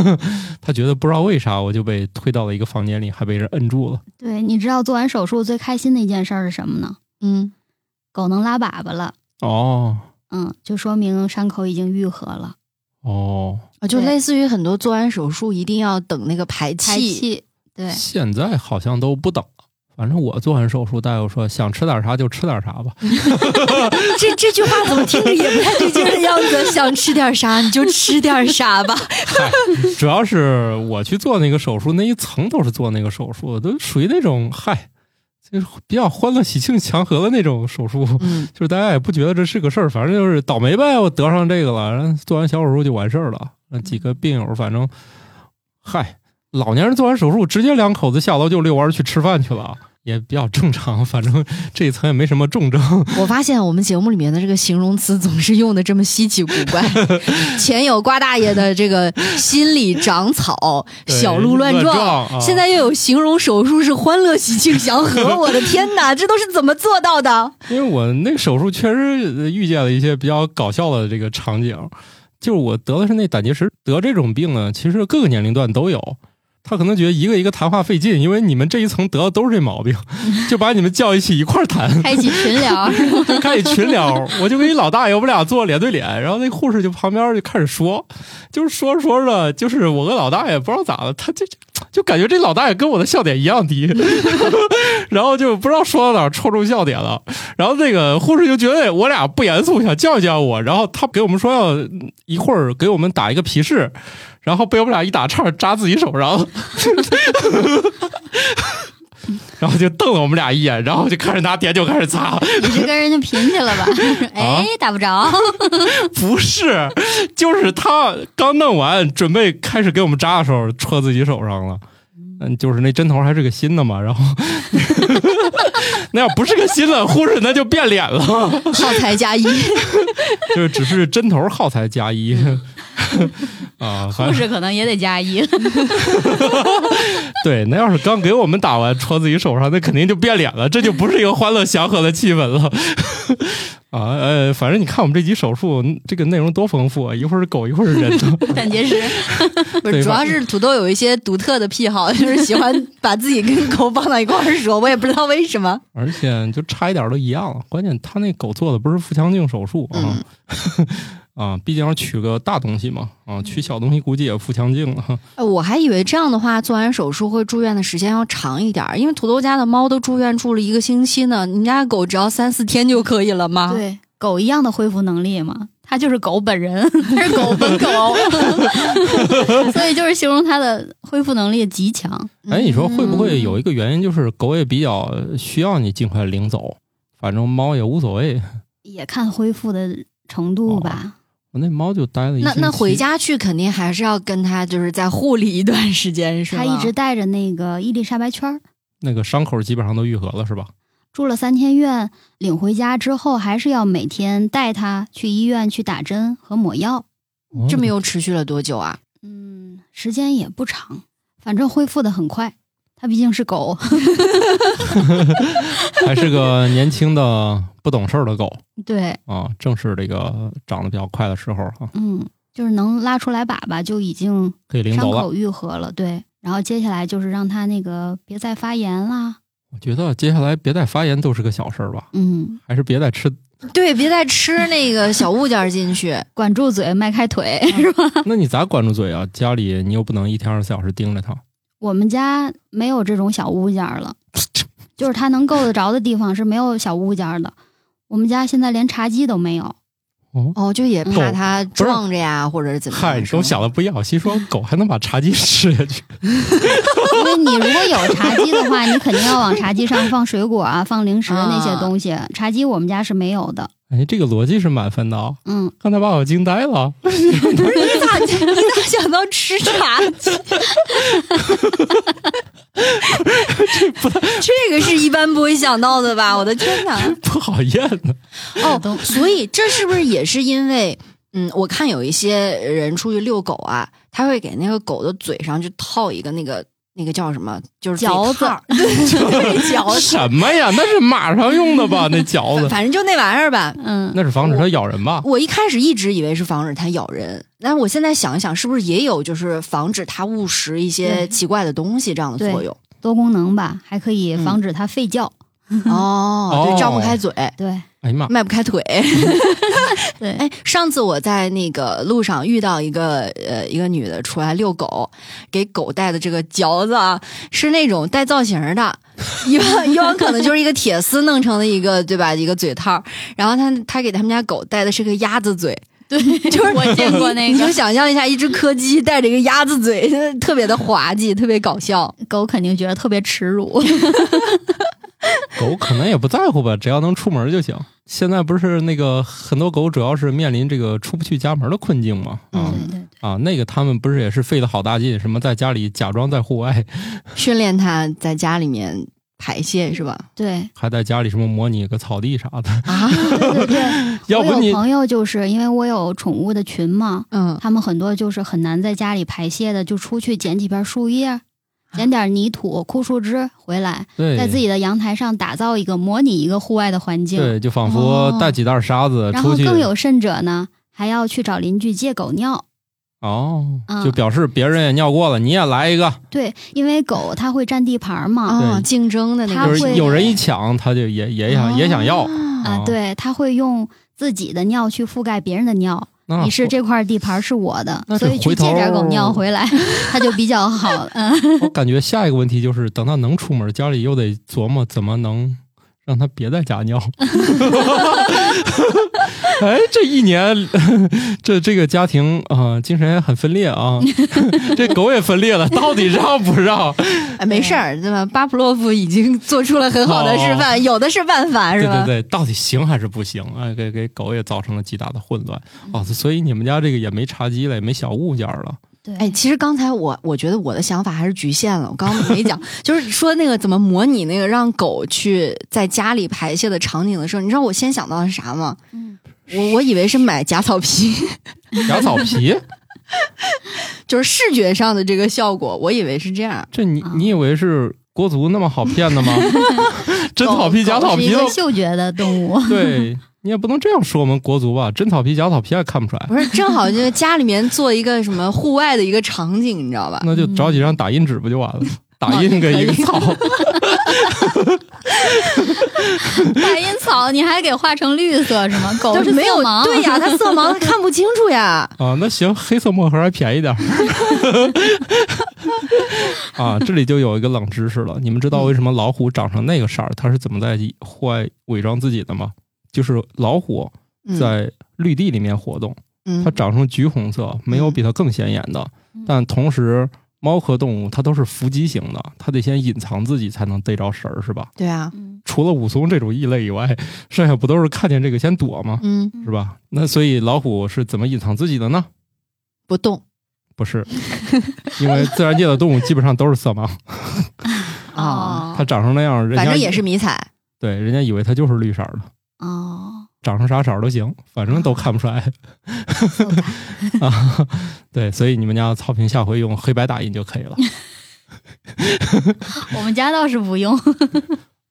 (laughs) 它觉得不知道为啥我就被推到了一个房间里，还被人摁住了。对，你知道做完手术最开心的一件事儿是什么呢？嗯，狗能拉粑粑了，哦嗯，就说明伤口已经愈合了。哦，啊就对类似于很多做完手术一定要等那个排排气，对现在好像都不等了反正我做完手术，大夫说想吃点啥就吃点啥吧。 (laughs) 这这句话怎么听着也不太对劲儿的样子？想吃点啥你就吃点啥吧。嗨，主要是我去做那个手术，那一层都是做那个手术，都属于那种嗨，就是比较欢乐喜庆祥和的那种手术，嗯，就是大家也不觉得这是个事儿，反正就是倒霉呗，我得上这个了，然后做完小手术就完事儿了。那几个病友，反正嗨，老年人做完手术直接两口子下楼就遛弯儿去吃饭去了。也比较正常，反正这一层也没什么重症。 (laughs) 我发现我们节目里面的这个形容词总是用的这么稀奇古 (laughs) 怪。前有瓜大爷的这个心里长草、对小鹿乱撞，乱撞啊现在又有形容手术是欢乐喜庆祥和。我的天哪，这都是怎么做到 (laughs) 的？因为我那个手术确实呃遇见了一些比较搞笑的这个场景，就是我得的是那胆结石，得这种病呢，其实各个年龄段都有。他可能觉得一个一个谈话费劲，因为你们这一层得的都是这毛病，就把你们叫一起一块儿谈，开启群聊，就 (laughs) 开始群聊。我就跟一老大爷，我们俩坐脸对脸，然后那护士就旁边就开始说，就是说着说着，就是我跟老大爷不知道咋了，他就就就感觉这老大爷跟我的笑点一样低， (laughs) 然后就不知道说到哪儿戳中笑点了。然后那个护士就觉得我俩不严肃，想教育教育我，然后他给我们说要嗯一会儿给我们打一个皮试，然后被我们俩一打岔扎自己手上。 (laughs) 然后就瞪了我们俩一眼，然后就开始拿碘酒开始擦。你是跟人家贫去 (laughs) 了吧？哎，打不 (laughs) 着，不是， (laughs) 就是他刚弄完，准备开始给我们扎的时候，戳自己手上了。嗯，就是那针头还是个新的嘛，然后 (laughs) 那要不是个新的，护士那就变脸了。 (laughs) 耗材加一，就是只是针头耗材加一 (laughs) 啊，反护正士可能也得加一了。对，那要是刚给我们打完戳自己手上，那肯定就变脸了，这就不是一个欢乐祥和的气氛了。 (laughs) 啊，呃，反正你看我们这集手术嗯这个内容多丰富，啊，一会儿是狗，一会儿是人的。胆结石，不对是主要是土豆有一些独特的癖好，就是喜 (laughs) 欢把自己跟狗放到一块儿说，我也不知道为什么。而且就差一点儿都一样了。关键他那狗做的不是腹腔镜手术啊，嗯 (laughs) 啊，毕竟要取个大东西嘛，啊，取小东西估计也腹腔镜啊了。哎我还以为这样的话，做完手术会住院的时间要长一点儿，因为土豆家的猫都住院住了一个星期呢，你们家狗只要三四天就可以了吗？，啊对， (laughs) 狗一样的恢复能力嘛，它就是狗本人， (laughs) 它是狗本狗， (laughs) 所以就是形容它的恢复能力极强。嗯哎，你说会不会有一个原因就是狗也比较需要你尽快领走，反正猫也无所谓。也看恢复的程度吧。我那猫就待了一嗯那星那期回家去肯定还是要跟它就是再护理一段时间，是吗？它一直带着那个伊丽莎白圈儿，那个伤口基本上都愈合了是吧？住了三天院，领回家之后还是要每天带它去医院去打针和抹药。这么又持续了多久啊？嗯，时间也不长，反正恢复的很快。它毕竟是狗， (laughs) 还是个年轻的不懂事儿的狗对，啊，正是这个长得比较快的时候啊，嗯，就是能拉出来粑粑就已经可以领伤走了。口愈合了，对。然后接下来就是让它那个别再发炎啦，我觉得接下来别再发炎都是个小事儿吧。嗯，还是别再吃。 (laughs) 对，别再吃那个小物件儿进去。管住嘴，迈开腿。嗯 (laughs) 那你咋管住嘴啊？家里你又不能一天二十四小时盯着它。 (laughs) 我们家没有这种小物件儿了，就是它能够得着的地方是没有小物件儿的。我们家现在连茶几都没有，哦，哦，就也怕狗它撞着呀，或者是怎么样？嗨，你是跟我吗想的不一样。心说狗还能把茶几吃下去， (laughs) 因为你如果有茶几的话，你肯定要往茶几上放水果啊、放零食的那些东西。茶几我们家是没有的，哎，这个逻辑是满分的啊！嗯，刚才把我惊呆了。 (laughs) 不是你咋你咋想到吃茶几？这个是一般不会想到的吧？我的天哪！不好咽呢。哦，所以这是不是也是因为，嗯，我看有一些人出去遛狗啊，他会给那个狗的嘴上就套一个那个那个叫什么，就是嘴嚼子套儿，对，嚼子，什么呀？那是马上用的吧？那嚼子， (laughs) 反正就那玩意儿吧。嗯，那是防止它咬人吧？我一开始一直以为是防止它咬人，但是我现在想一想，是不是也有就是防止它误食一些对奇怪的东西这样的对作用？多功能吧，还可以防止它吠叫。哦，哦对，张不开嘴， (laughs) 对哎呀妈！迈不开腿。对，哎，上次我在那个路上遇到一个呃一个女 (laughs) 的出来遛狗，给狗戴的这个嚼子啊，是那种带造型儿的，一万一万可能就是一个铁丝弄成的一个对吧一个嘴套，然后他他给他们家狗戴的是个鸭子嘴，对，就是我见过那 (laughs) 你就个，想象一下一只柯基戴着一个鸭子嘴， (laughs) 特别的滑稽，特别搞笑。 (laughs) 狗肯定觉得特别耻辱。狗可能也不在乎吧，只要能出门就行。现在不是那个很多狗主要是面临这个出不去家门的困境嘛？啊、对对，啊，那个他们不是也是费了好大劲，什么在家里假装在户外，训练它在家里面排泄是吧？对还在家里什么模拟个草地啥的。啊，对对 (laughs) 对，要不我你有朋友就是因为我有宠物的群嘛，嗯，他们很多就是很难在家里排泄的，就出去捡几片树叶，捡点泥土、枯树枝回来，对在自己的阳台上打造一个模拟一个户外的环境。对，就仿佛带几袋沙子哦然出后去更有甚者呢，还要去找邻居借狗尿。哦，嗯就表示别人也尿过了，你也来一个，对，因为狗它会占地盘儿嘛，哦，对竞争的那它个哦就会是有人一抢，他就也也想也想要啊、啊。对，它会用自己的尿去覆盖别人的尿。那你是这块地盘是我的啊那，所这以去回头借点狗尿回 (laughs) 来，它就比较好。嗯，我感觉下一个问题就是，等他能出门，家里又得琢磨怎么能让他别在家尿。 (laughs) 哎，这一年，这这个家庭啊、精神也很分裂啊， (laughs) 这狗也分裂了，到底让不让？哎没事儿，对吧？巴甫洛夫已经做出了很好的示范，有的是办法，对是哦对吧？对，到底行还是不行？哎，给给狗也造成了极大的混乱哦，所以你们家这个也没茶几了，也没小物件了。对，哎，其实刚才我我觉得我的想法还是局限了，我刚刚没 (laughs) 讲，就是说那个怎么模拟那个让狗去在家里排泄的场景的时候，你知道我先想到的是啥吗？嗯我我以为是买假草皮，假草 (laughs) 皮，就是视觉上的这个效果，我以为是这样。这你啊你以为是国足那么好 (laughs) 骗的吗？真狗草皮、假狗草是一皮都个嗅觉的动 (laughs) 物。对你也不能这样说我们国足吧，真草皮假草皮也看不出来，不是，正好就是家里面做一个什么户外的一个场景，你知道吧？那就找几张打印纸不就完 (laughs) 了？打印个一个草，大阴草你还给画成绿色是吗？狗就嗯是哦没有色盲，啊对 (laughs) 呀，它色盲，它看不清楚 (laughs) 呀。啊，那行，黑色墨盒还便宜点儿。 (laughs) 啊，这里就有一个冷知识了，你们知道为什么老虎长成那个色儿，它是怎么在户外伪装自己的吗？就是老虎嗯在绿地里面活动，嗯它长成橘红色，没有比它更显眼的。嗯但同时，猫科动物它都是伏击型的，它得先隐藏自己才能逮着食儿，是吧？对啊，嗯除了武松这种异类以外，剩下不都是看见这个先躲吗？嗯，是吧？那所以老虎是怎么隐藏自己的呢？不动不是， (laughs) 因为自然界的动物基本上都是色盲，啊，哦它长成那样，人家反正也是迷彩。对，人家以为它就是绿色儿的，哦，长成啥色儿都行，反正都看不出来。色感啊，对，所以你们家草坪下回用黑白打印就 (laughs) 可以了。我们家倒是不 (laughs) 用。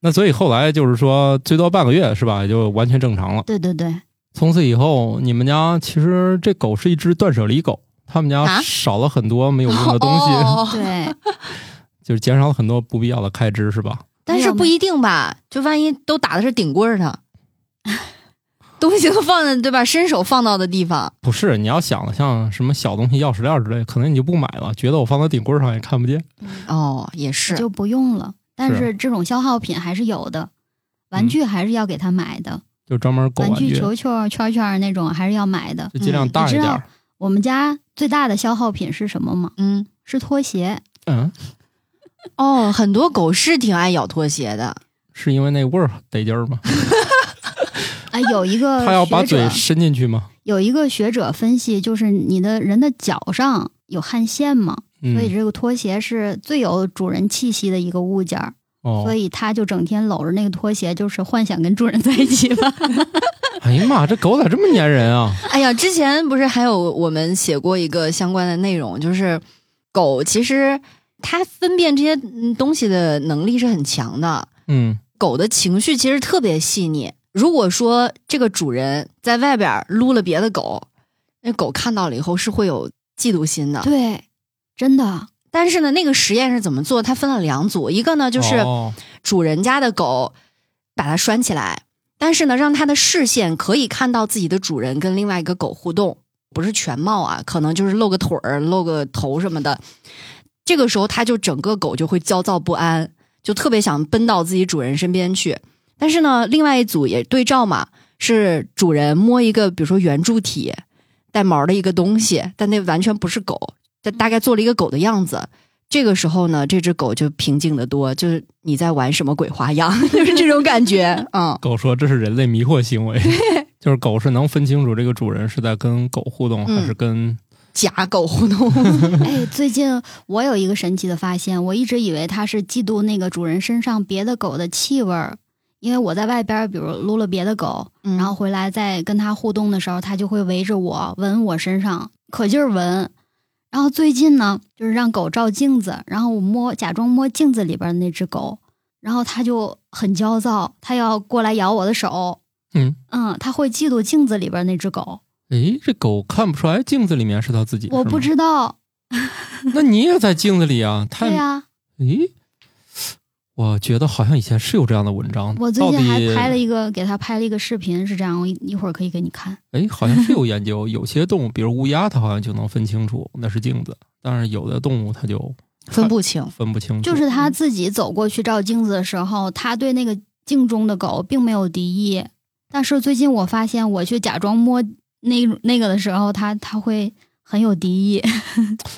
那所以后来就是说，最多半个月是吧，也就完全正常了。对对 (laughs) 对，从此以后，你们家其实这狗是一只断舍离狗，他们啊家少了很多没有用的东西，哦对， (laughs) 就是减少了很多不必要的开支，是吧？但是不一定吧？就万一都打的是顶棍儿 (laughs) 呢？东西都放在对吧？伸手放到的地方，不是，你要想像什么小东西、钥匙链之类，可能你就不买了，觉得我放在顶柜上也看不见。哦，也是。 (laughs) 就不用了。但是是这种消耗品还是有的，玩具还是要给它买的，就专门狗玩玩具具，球嗯球、圈圈那种还是要买的。就尽量大一点儿。我们家最大的消耗品是什么吗？嗯，是拖鞋。嗯，哦，很多狗是挺爱咬拖鞋的。是因为那味儿得劲儿吗？啊，有一 (laughs) 个它要把学者嘴伸进去吗？有一个学者分析，就是你的人的脚上有汗腺嘛，所以嗯，这个拖鞋是最有主人气息的一个物件儿，所哦，以他就整天搂着那个拖鞋，就是幻想跟主人在一起 (laughs) 吧。哎呀妈，这狗咋这么粘人啊？哎呀，之前不是还有我们写过一个相关的内容，就是狗其实它分辨这些嗯东西的能力是很强的。 (laughs) 嗯，狗的情绪其实特别细腻。如果说这个主人在外边撸了别的狗，那狗看到了以后是会有嫉妒心的。对，真的，但是呢，那个实验是怎么做？它分了两组，一个呢就是哦主人家的狗把它拴起来，但是呢，让它的视线可以看到自己的主人跟另外一个狗互动，不是全貌啊，可能就是露个腿儿、露个头什么的。这个时候，它就整个狗就会焦躁不安，就特别想奔到自己主人身边去。但是呢，另外一组也对照嘛，是主人摸一个，比如说圆柱体带毛的一个东西，但那完全不是狗，它大概做了一个狗的样子。这个时候呢，这只狗就平静的多，就是你在玩什么鬼花样， (laughs) 就是这种感觉，嗯。狗说这是人类迷惑 (laughs) 行为，就是狗是能分清楚这个主人是在跟狗互动、嗯还是跟假狗互动，哎，最近我有一个神奇的发现，我一直以为它是嫉妒那个主人身上别的狗的气味儿，因为我在外边儿，比如撸了别的狗，然然嗯后回来再跟它互动的时候，它就会围着我闻我身上，可劲儿闻。然后最近呢，就是让狗照镜子，然后我摸假装摸镜子里边儿那只狗，然后它就很焦躁，它要过来咬我的手，嗯嗯，它会嫉妒镜子里边儿那只狗，诶，这狗看不出来镜子里面是它自己，我是吗不，知道，那你也在镜子里啊？它对呀、诶，我觉得好像以前是有这样的文章，我最近到底还拍了一个，给他拍了一个视频，是这样，我一一会儿可以给你看。哎，好像是有研究，有些动物，比如乌鸦，它好像就能分清楚那是镜子，但是有的动物它就分不清，分不清楚。就是他自己走过去照镜子的时候，他对那个镜中的狗并没有敌意，但是最近我发现，我去假装摸那那个的时候，他他会很有敌意。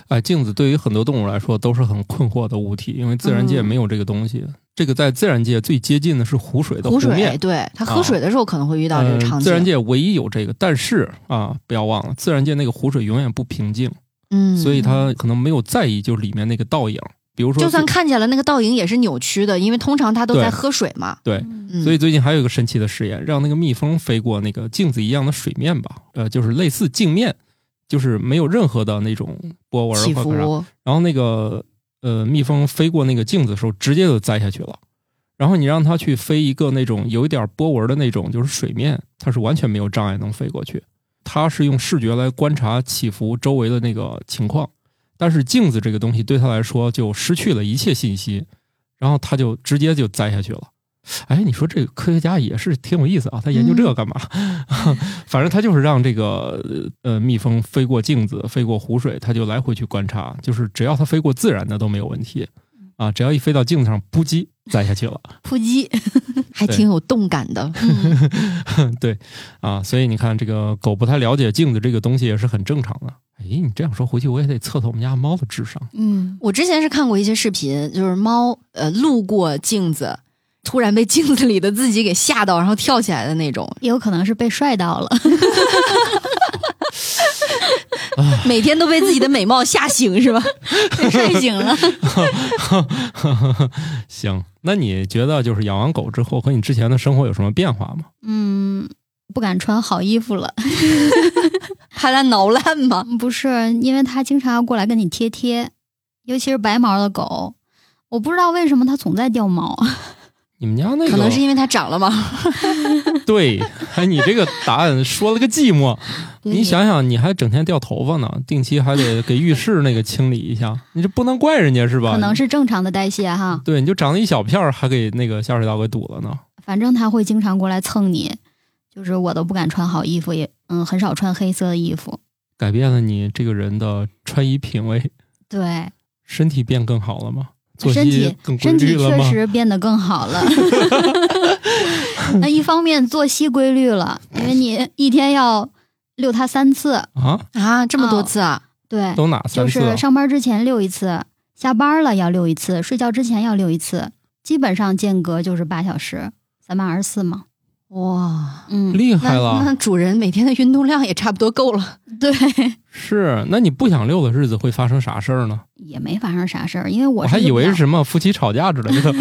哎，镜子对于很多动物来说都是很困惑的物体，因为自然界嗯没有这个东西。这个在自然界最接近的是湖水的湖面啊水，。对它喝水的时候可能会遇到这个场呃景。自然界唯一有这个，但是啊，不要忘了，自然界那个湖水永远不平静，嗯，所以它可能没有在意就是里面那个倒影。比如说，就算看见了那个倒影也是扭曲的，因为通常它都对在喝水嘛。对，嗯、所以最近还有一个神奇的实验，让那个蜜蜂飞过那个镜子一样的水面吧，呃，就是类似镜面，就是没有任何的那种波纹起或者啥伏，然后那个呃蜜蜂飞过那个镜子的时候，直接就栽下去了。然后你让它去飞一个那种有一点波纹的那种，就是水面，它是完全没有障碍能飞过去。它是用视觉来观察起伏周围的那个情况，但是镜子这个东西对它来说就失去了一切信息，然后它就直接就栽下去了。哎，你说这个科学家也是挺有意思啊，他研究这个干嘛？反正他就是让这个呃蜜蜂飞过镜子，飞过湖水，他就来回去观察，就是只要它飞过自然的都没有问题啊，只要一飞到镜子上，扑叽栽下去了扑击， (laughs) 还挺有动感的。 (laughs) 嗯，啊。所以你看，这个狗不太了解镜子这个东西也是很正常的。哎，你这样说回去，我也得测测我们家猫的智商。 (laughs) 嗯我之前是看过一些视频，就是猫呃路过镜子，突然被镜子里的自己给吓到，然后跳起来的那种，也有可能是被帅到了。 (laughs) (laughs) 每天都被自己的美貌吓醒是 (laughs) 吧？被晒醒了。行，那你觉得就是养完狗之后和你之前的生活有什么变化吗？嗯，不敢穿好衣服了， (laughs) 怕它挠烂吗？不是因为他经常要过来跟你贴贴，尤其是白毛的狗，我不知道为什么它总在掉毛。你们家那个可能是因为它长了吗？ (laughs) 对，哎，你这个答案说了个寂寞。嗯你想想，你还整天掉头发呢，定期还得给浴室那个清理一下，你这不能怪人家是吧？可能是正常的代谢哈，对，你就长了一小片儿，还给那个下水道给堵了呢。反正他会经常过来蹭你，就是我都不敢穿好衣服，也嗯很少穿黑色的衣服。改变了你这个人的穿衣品味，对，身体变更好了吗？作身息体更规身体律了确吗？ (laughs) 实变得更好了。 (laughs) 那一方面作息规律了，因为你一天要遛它三次，啊，啊，这么多次啊！对，都哪就三次啊？是上班之前遛一次，下班了要遛一次，睡觉之前要遛一次，基本上间隔就是八小时，三八二十四嘛。哦哇，嗯，厉害那那了！主人每天的运动量也差不多够了。对，是，那你不想遛的日子会发生啥事儿呢？也没发生啥事儿，因为我我是还一个以为比较是什么夫妻吵架之 (laughs) 类的。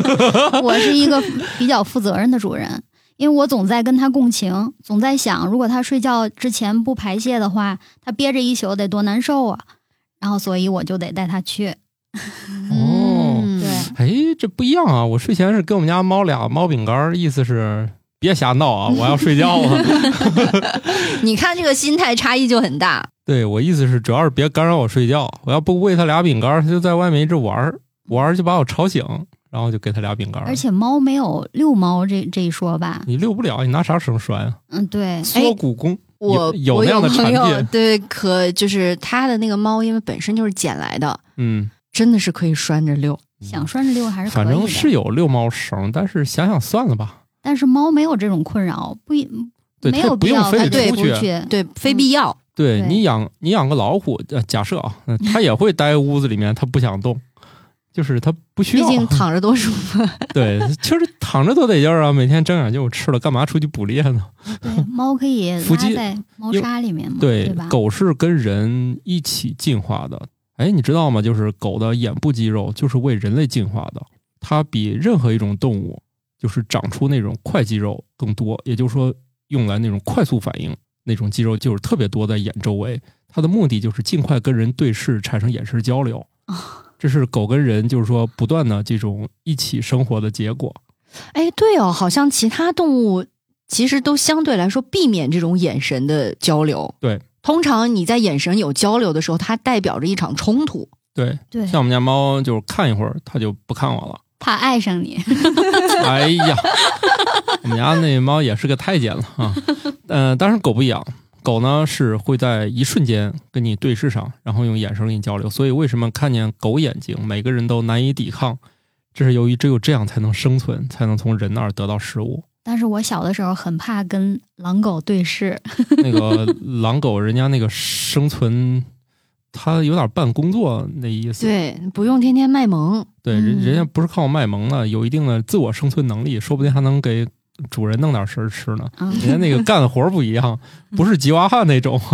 (laughs) 我是一个比较负责任的主人，因为我总在跟他共情，总在想，如果他睡觉之前不排泄的话，他憋着一宿得多难受啊。然后，所以我就得带他去。哦嗯对，哎，这不一样啊！我睡前是给我们家猫俩猫饼干儿，意思是别瞎闹啊，我要睡 (laughs) 觉了。你看这个心态差异就很大。对我意思是，主要是别干扰我睡觉。我要不喂它俩饼干儿，它就在外面一直玩儿，玩儿就把我吵醒，然后就给它俩饼干儿。而且猫没有遛猫这这一说吧？你遛不了，你拿啥绳拴啊？嗯，对，缩骨功我有我有那样的朋产友品对，可就是他的那个猫，因为本身就是捡来的，嗯真的是可以拴着遛。想拴着遛还是可以反的。正是有遛猫绳，但是想想算了吧，但是猫没有这种困扰，不一对，没它有也不必用要非它得出出去。啊对，非必要。对对你养你养个老虎，呃，假设啊，嗯它也会待屋子里面，它不想动，就是它不需毕要。竟躺着多舒服。对，就是躺着多得劲儿啊，每天睁眼就有吃了，干嘛出去捕猎呢？对，猫可以伏拉击在猫因为砂里面嘛，对，嗯吧？狗是跟人一起进化的。哎，你知道吗？就是狗的眼部肌肉就是为人类进化的，它比任何一种动物就是长出那种快肌肉更多，也就是说用来那种快速反应那种肌肉就是特别多在眼周围。它的目的就是尽快跟人对视，产生眼神交流。这是狗跟人就是说不断的这种一起生活的结果。哎，对哦，好像其他动物其实都相对来说避免这种眼神的交流。对，通常你在眼神有交流的时候，它代表着一场冲突。对，对，像我们家猫就是看一会儿它就不看我了。 (laughs) 怕爱上你， (laughs) 哎呀，我们家那猫也是个太监了啊。呃，当然狗不一样，狗呢是会在一瞬间跟你对视上，然后用眼神跟你交流。所以为什么看见狗眼睛，每个人都难以抵抗？这是由于只有这样才能生存，才能从人那儿得到食物。但是我小的时候很怕跟狼狗对视，那个狼狗，人家那个生存，它有点半工作那意思。对，不用天天卖萌。对，人嗯人家不是靠卖萌的，有一定的自我生存能力，说不定还能给主人弄点食儿吃呢。嗯， (laughs) 人家那个干的活儿不一样，不是吉娃娃那种。 (laughs)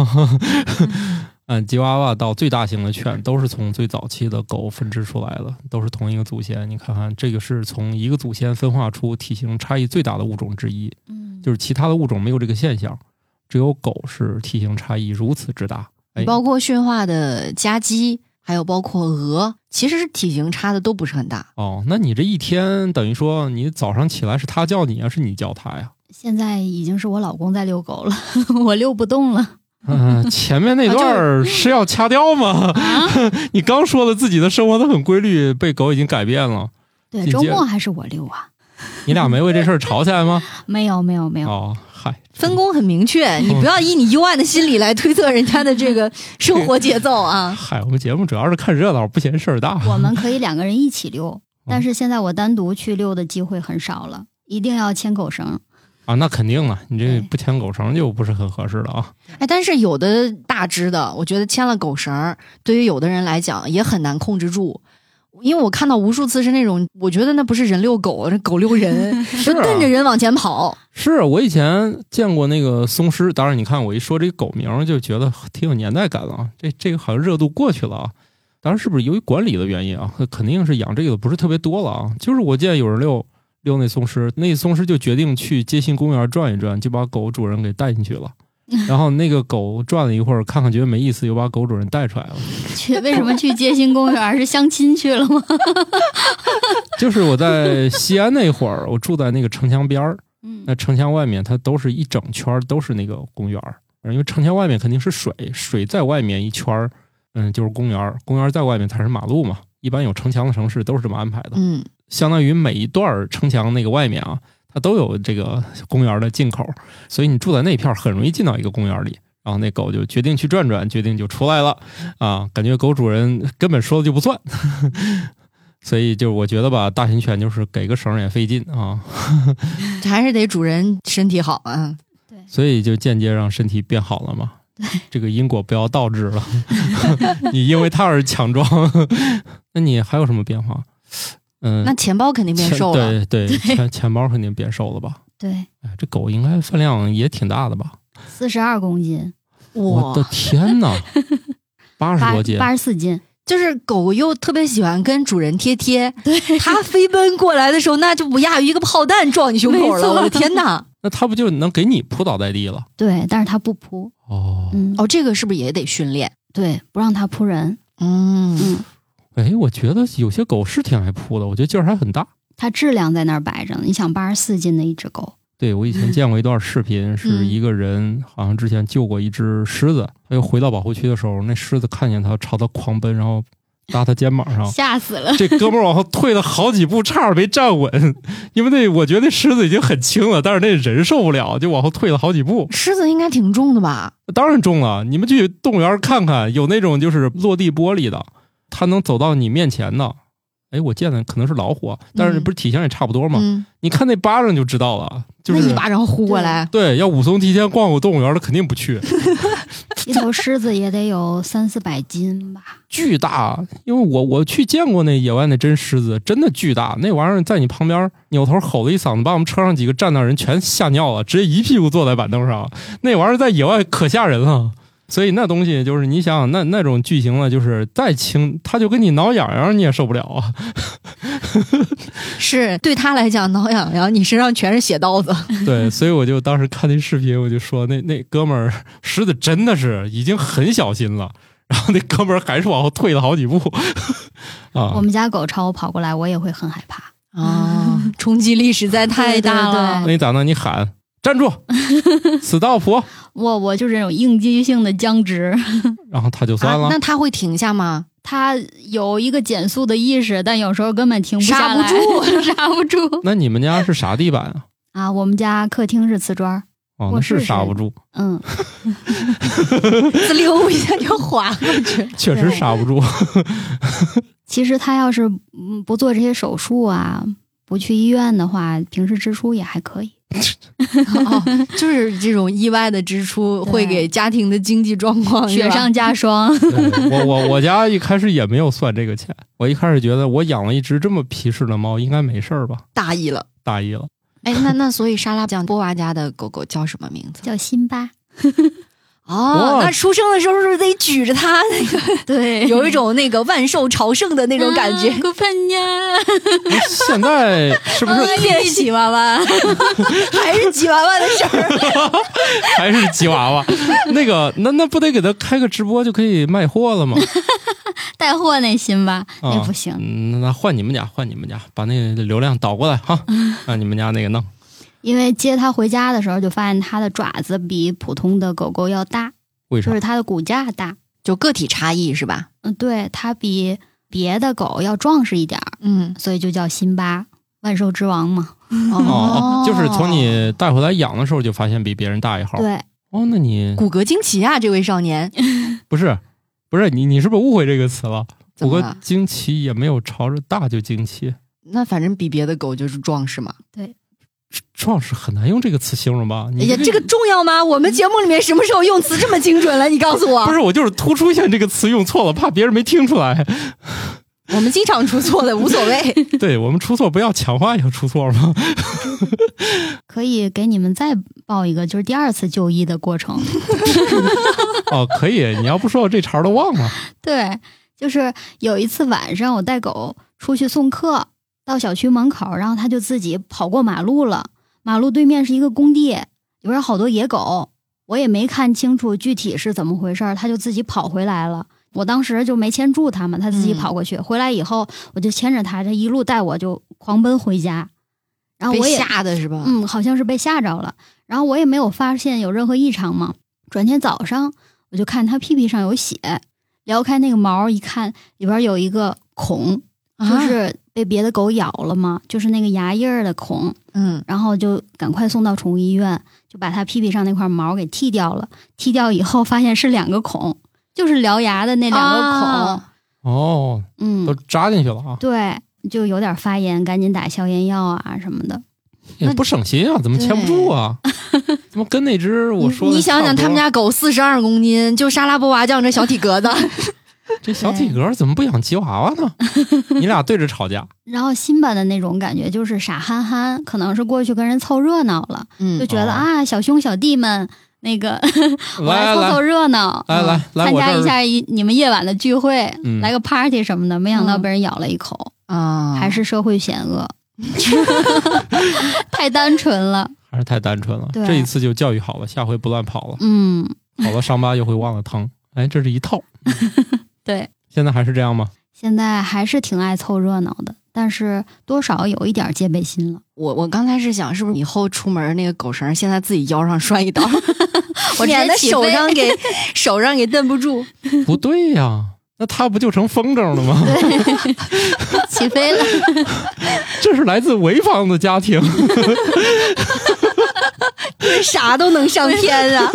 嗯，吉娃娃到最大型的犬都是从最早期的狗分支出来的，都是同一个祖先。你看看，这个是从一个祖先分化出体型差异最大的物种之一，嗯就是其他的物种没有这个现象，只有狗是体型差异如此之大。哎，包括驯化的家鸡，还有包括鹅，其实是体型差的都不是很大。哦，那你这一天等于说你早上起来是它叫你啊，是你叫它呀？现在已经是我老公在遛狗了， (laughs) 我遛不动了嗯、前面那啊就是段儿是要掐掉吗？啊。 (laughs) 你刚说的自己的生活都很规律，被狗已经改变了。对，紧周接着末还是我遛啊？你俩没为这事儿吵起来吗？没有，没有，没有，哦，嗨，分工很明确，你不要以你幽暗的心理来推测人家的这个生活节奏啊。嗨，我们节目主要是看热闹，不嫌事儿大。我们可以两个人一起 (laughs) 哦遛，但是现在我单独去遛的机会很少了，一定要牵狗绳。啊，那肯定了，你这对不牵狗绳就不是很合适了啊。哎，但是有的大只的，我觉得牵了狗绳儿，对于有的人来讲也很难控制住。因为我看到无数次是那种，我觉得那不是人遛狗，这狗遛人， (laughs) 是就啊瞪着人往前跑。是啊我以前见过那个松狮，当然你看我一说这个狗名儿就觉得挺有年代感了啊，这这个好像热度过去了啊。当然是不是由于管理的原因啊？肯定是养这个的不是特别多了啊。就是我见有人遛遛那松狮，那松狮就决定去街心公园转一转，就把狗主人给带进去了。然后那个狗转了一会儿，看看觉得没意思，又把狗主人带出来了。去为什么去街心公园？是相亲去了 (laughs) 吗？就是我在西安那会儿，我住在那个城墙边儿，嗯那城墙外面它都是一整圈儿都是那个公园儿，因为城墙外面肯定是水，水在外面一圈儿，嗯，就是公园儿，公园儿在外面才是马路嘛。一般有城墙的城市都是这么安排的，嗯，相当于每一段儿城墙那个外面啊，它都有这个公园儿的进口，所以你住在那片儿很容易进到一个公园儿里。然后那狗就决定去转转，决定就出来了啊！感觉狗主人根本说了就不算， (laughs) 所以就我觉得吧，大型犬就是给个绳儿也费劲啊。还是得主人身体好嗯啊。所以就间接让身体变好了嘛。这个因果不要倒置了。 (laughs) 你因为它而强壮， (laughs) 那你还有什么变化？嗯，那钱包肯定变钱瘦了，对对，钱钱包肯定变瘦了吧？对，哎，这狗应该分量也挺大的吧？四十二公斤，我的哇！天哪，八十八多斤，八十四斤，就是狗又特别喜欢跟主人贴贴，它飞奔过来的时候，那就不亚于一个炮弹撞你胸口没了。错我的天哪！那它不就能给你扑倒在地了？对，但是它不扑，哦，嗯，哦，这个是不是也得训练？对，不让它扑人，嗯，嗯，哎，我觉得有些狗是挺爱扑的，我觉得劲儿还很大。它质量在那儿摆着呢。你想，八十四斤的一只狗，，对，我以前见过一段视频，嗯是一个人好像之前救过一只狮子，他又回到保护区的时候，那狮子看见他朝他狂奔，然后搭他肩膀上吓死了。这哥们儿往后退了好几步，差点没站稳，因为那我觉得那狮子已经很轻了，但是那人受不了，就往后退了好几步。狮子应该挺重的吧？当然中了，你们去动物园看看，有那种就是落地玻璃的，它能走到你面前的。哎，哎，我见的可能是老虎啊，但是嗯不是体型也差不多嘛？嗯，你看那巴掌就知道了，就是那一巴掌呼过来，对，要武松提前逛过动物园，他肯定不去。一头狮子也得有三四百斤吧？ (laughs) 巨大，啊因为我我去见过那野外那真狮子，真的巨大，那玩意儿在你旁边扭头吼了一嗓子，把我们车上几个站那人全吓尿了，直接一屁股坐在板凳上。那玩意儿在野外可吓人了，所以那东西就是你想想那那种巨型的，就是再轻，它就跟你挠痒痒你也受不了啊。 (laughs) 是对他来讲挠痒痒，你身上全是血刀子。对，所以我就当时看那视频，我就说那那哥们儿狮子真的是已经很小心了，然后那哥们儿还是往后退了好几步 (laughs) 啊。我们家狗朝我跑过来，我也会很害怕。 (laughs) 啊，冲击力实在太大了。那你咋弄？你喊 (laughs) 站住，死道普，我我就是那种应激性的僵直， (laughs) 然后他就算了。啊，那他会停下吗？它有一个减速的意识，但有时候根本停不下刹不来，住 (laughs) (laughs) 刹不住那你们家是啥地板啊？啊！我们家客厅是瓷砖儿，哦，我那试是试刹不住，嗯，滋溜一下就滑过去。确实刹不住。其实它要是嗯不做这些手术啊，不去医院的话，平时支出也还可以。 (laughs) 哦，就是这种意外的支出对会给家庭的经济状况雪上 (laughs) 加霜，对我我我家一开始也没有算这个钱，我一开始觉得我养了一只这么皮实的猫，应该没事儿吧？大意了。大意了，哎，那那所以沙拉酱波娃家的狗狗叫什么名字？叫辛巴。哦，哇那出生的时候是不是得举着它， (laughs) 对有一种那个万寿朝圣的 (laughs) 那种感觉？过分呀！哎现在 (laughs) 是不是也是 (laughs) 吉娃娃，还是吉娃娃的事儿？还是吉娃娃？那个那那不得给他开个直播就可以卖货了吗？带货那辛巴 (laughs) 啊那不行，嗯，那换你们家，换你们家，把那个流量导过来哈，嗯让你们家那个弄。因为接它回家的时候就发现它的爪子比普通的狗狗要大， (laughs) 为啥就？是它的骨架大。就个体差异是吧？嗯，对，它比别的狗要壮实一点儿，嗯，所以就叫辛巴，万兽之王嘛。哦，就是从你带回来养的时候就发现比别人大一号。对，哦，那你骨骼惊奇啊，这位少年，不是不是你你是不是误会这个词了？怎不么过了？惊奇也没有朝着大就惊奇，那反正比别的狗就是壮实嘛。壮士很难用这个词形容吧？哎你呀，这个重要吗？我们节目里面什么时候用词这么精准了？你告诉不我，是我就是突出一下这个词用错了，怕别人没听出 (laughs) 来。我们经常出错的，无所 (laughs) 谓。对我们出错不要强化要出错吗？ (laughs) 可以给你们再报一个，就是第二次就医的过程。哦，可以，你要不说我这茬儿都忘了。对，就是有一次晚上我带狗出去送客，到小区门口，然后它就自己跑过马路了。马路对面是一个工地，里边好多野狗，我也没看清楚具体是怎么回事儿，它就自己跑回来了。我当时就没牵住它嘛，它自己嗯跑过去，回来以后我就牵着它，它一路带我就狂奔回家。然后我被也吓的是吧？嗯，好像是被吓着了。然后我也没有发现有任何异常嘛。转天早上我就看它屁屁上有血，撩开那个毛一看，里边有一个孔，就啊是被别的狗咬了嘛，就是那个牙印儿的孔。嗯，然后就赶快送到宠物医院，就把它屁屁上那块毛给剃掉了。剃掉以后发现是两个孔，就是獠牙的那两个孔。啊哦，都嗯，扎进去了啊，对，就有点发炎，赶紧打消炎药啊什么的。也不省心啊，怎么牵不 (laughs) 住啊？怎么跟那只我说的你想差想，不多他们家狗四十二公斤，就沙拉波娃酱这小体格子，这小体格儿怎么不养吉娃娃呢？你俩对着吵架，然后辛巴的那种感觉就是傻憨憨，可能是过去跟人凑热闹了， (laughs) 嗯就觉得、哦啊，小兄小弟们，那个 (laughs) 我来凑凑来热闹，嗯来来来参我加这一儿下一你们夜晚的聚会，嗯来个 party 什么的。没想到嗯被人咬了一口，啊，还是社会险恶， (laughs) 太单纯了。还是太单纯了。对这一次就教育好了，下回不乱跑了，嗯，跑了伤疤又会忘了疼。哎，这是一套。对，现在还是这样 (laughs) 吗？现在还是挺爱凑热闹的，但是多少有一点戒备心了。我我刚才是想，是不是以后出门那个狗绳，现在自己腰上拴一刀， (laughs) 我直接免得起手飞上 (laughs) 给手上给蹬不住。不对呀、那他不就成风筝了吗？ (laughs) 起飞 (laughs) 了， (laughs) 这是来自潍坊的家庭。啥都能上天啊！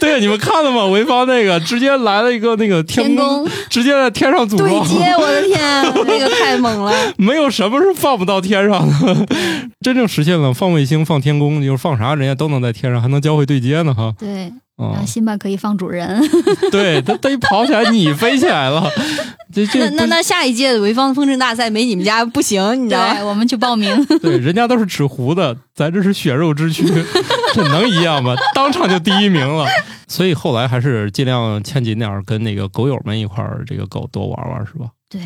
对，你们看了吗？潍坊那个直接来了一个那个天天宫，直接在天上组 (laughs) 对装，接，我的天，那个太猛 (laughs) 了！没有什么是放不到天上的。嗯真正实现了放卫星、放天宫，就是放啥人家都能在天上，还能教会对接呢哈。对，啊然后、辛巴可以放主人，对他，他一跑起来，你飞起来了，这 (laughs) 这那那那下一届的潍坊风筝大赛没你们家不行，你知道 (laughs) 吗？ (laughs) 对，我们去报名。对，人家都是纸糊的，咱这是血肉之躯， (laughs) 这能一样吗？当场就第一名了。所以后来还是尽量牵紧点儿，跟那个狗友们一块儿，这个狗多玩玩，是吧？对，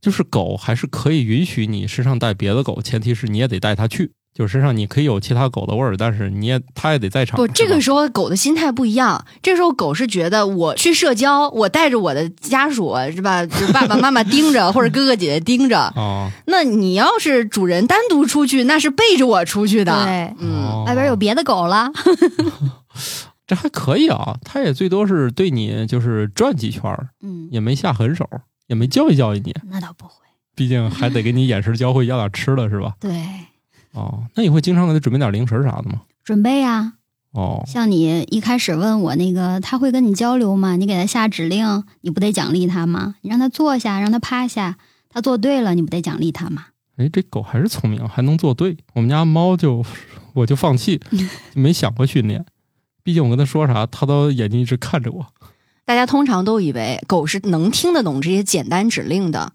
就是狗还是可以允许你身上带别的狗，前提是你也得带它去，就是身上你可以有其他狗的味儿，但是你也它也得在场。不，是吧这个时候狗的心态不一样。这时候狗是觉得我去社交，我带着我的家属是吧？就是爸爸妈妈盯 (laughs) 着，或者哥哥姐姐盯着。哦，那你要是主人单独出去，那是背着我出去的。对嗯，哦外边有别的狗了，这还可以啊，它也最多是对你就是转几圈儿，嗯，也没下狠手，也没教育教育你，那倒不会。毕竟还得给你眼神交汇，要点吃的是吧？对，哦，那你会经常给他准备点零食啥的吗？准备啊，哦，像你一开始问我那个，他会跟你交流吗？你给他下指令，你不得奖励他吗？你让他坐下，让他趴下，他做对了，你不得奖励他吗？哎，这狗还是聪明，还能做对。我们家猫就我就放弃，就没想过训练。毕竟我跟它说啥，它都眼睛一直看着我。大家通常都以为狗是能听得懂这些简单指令的，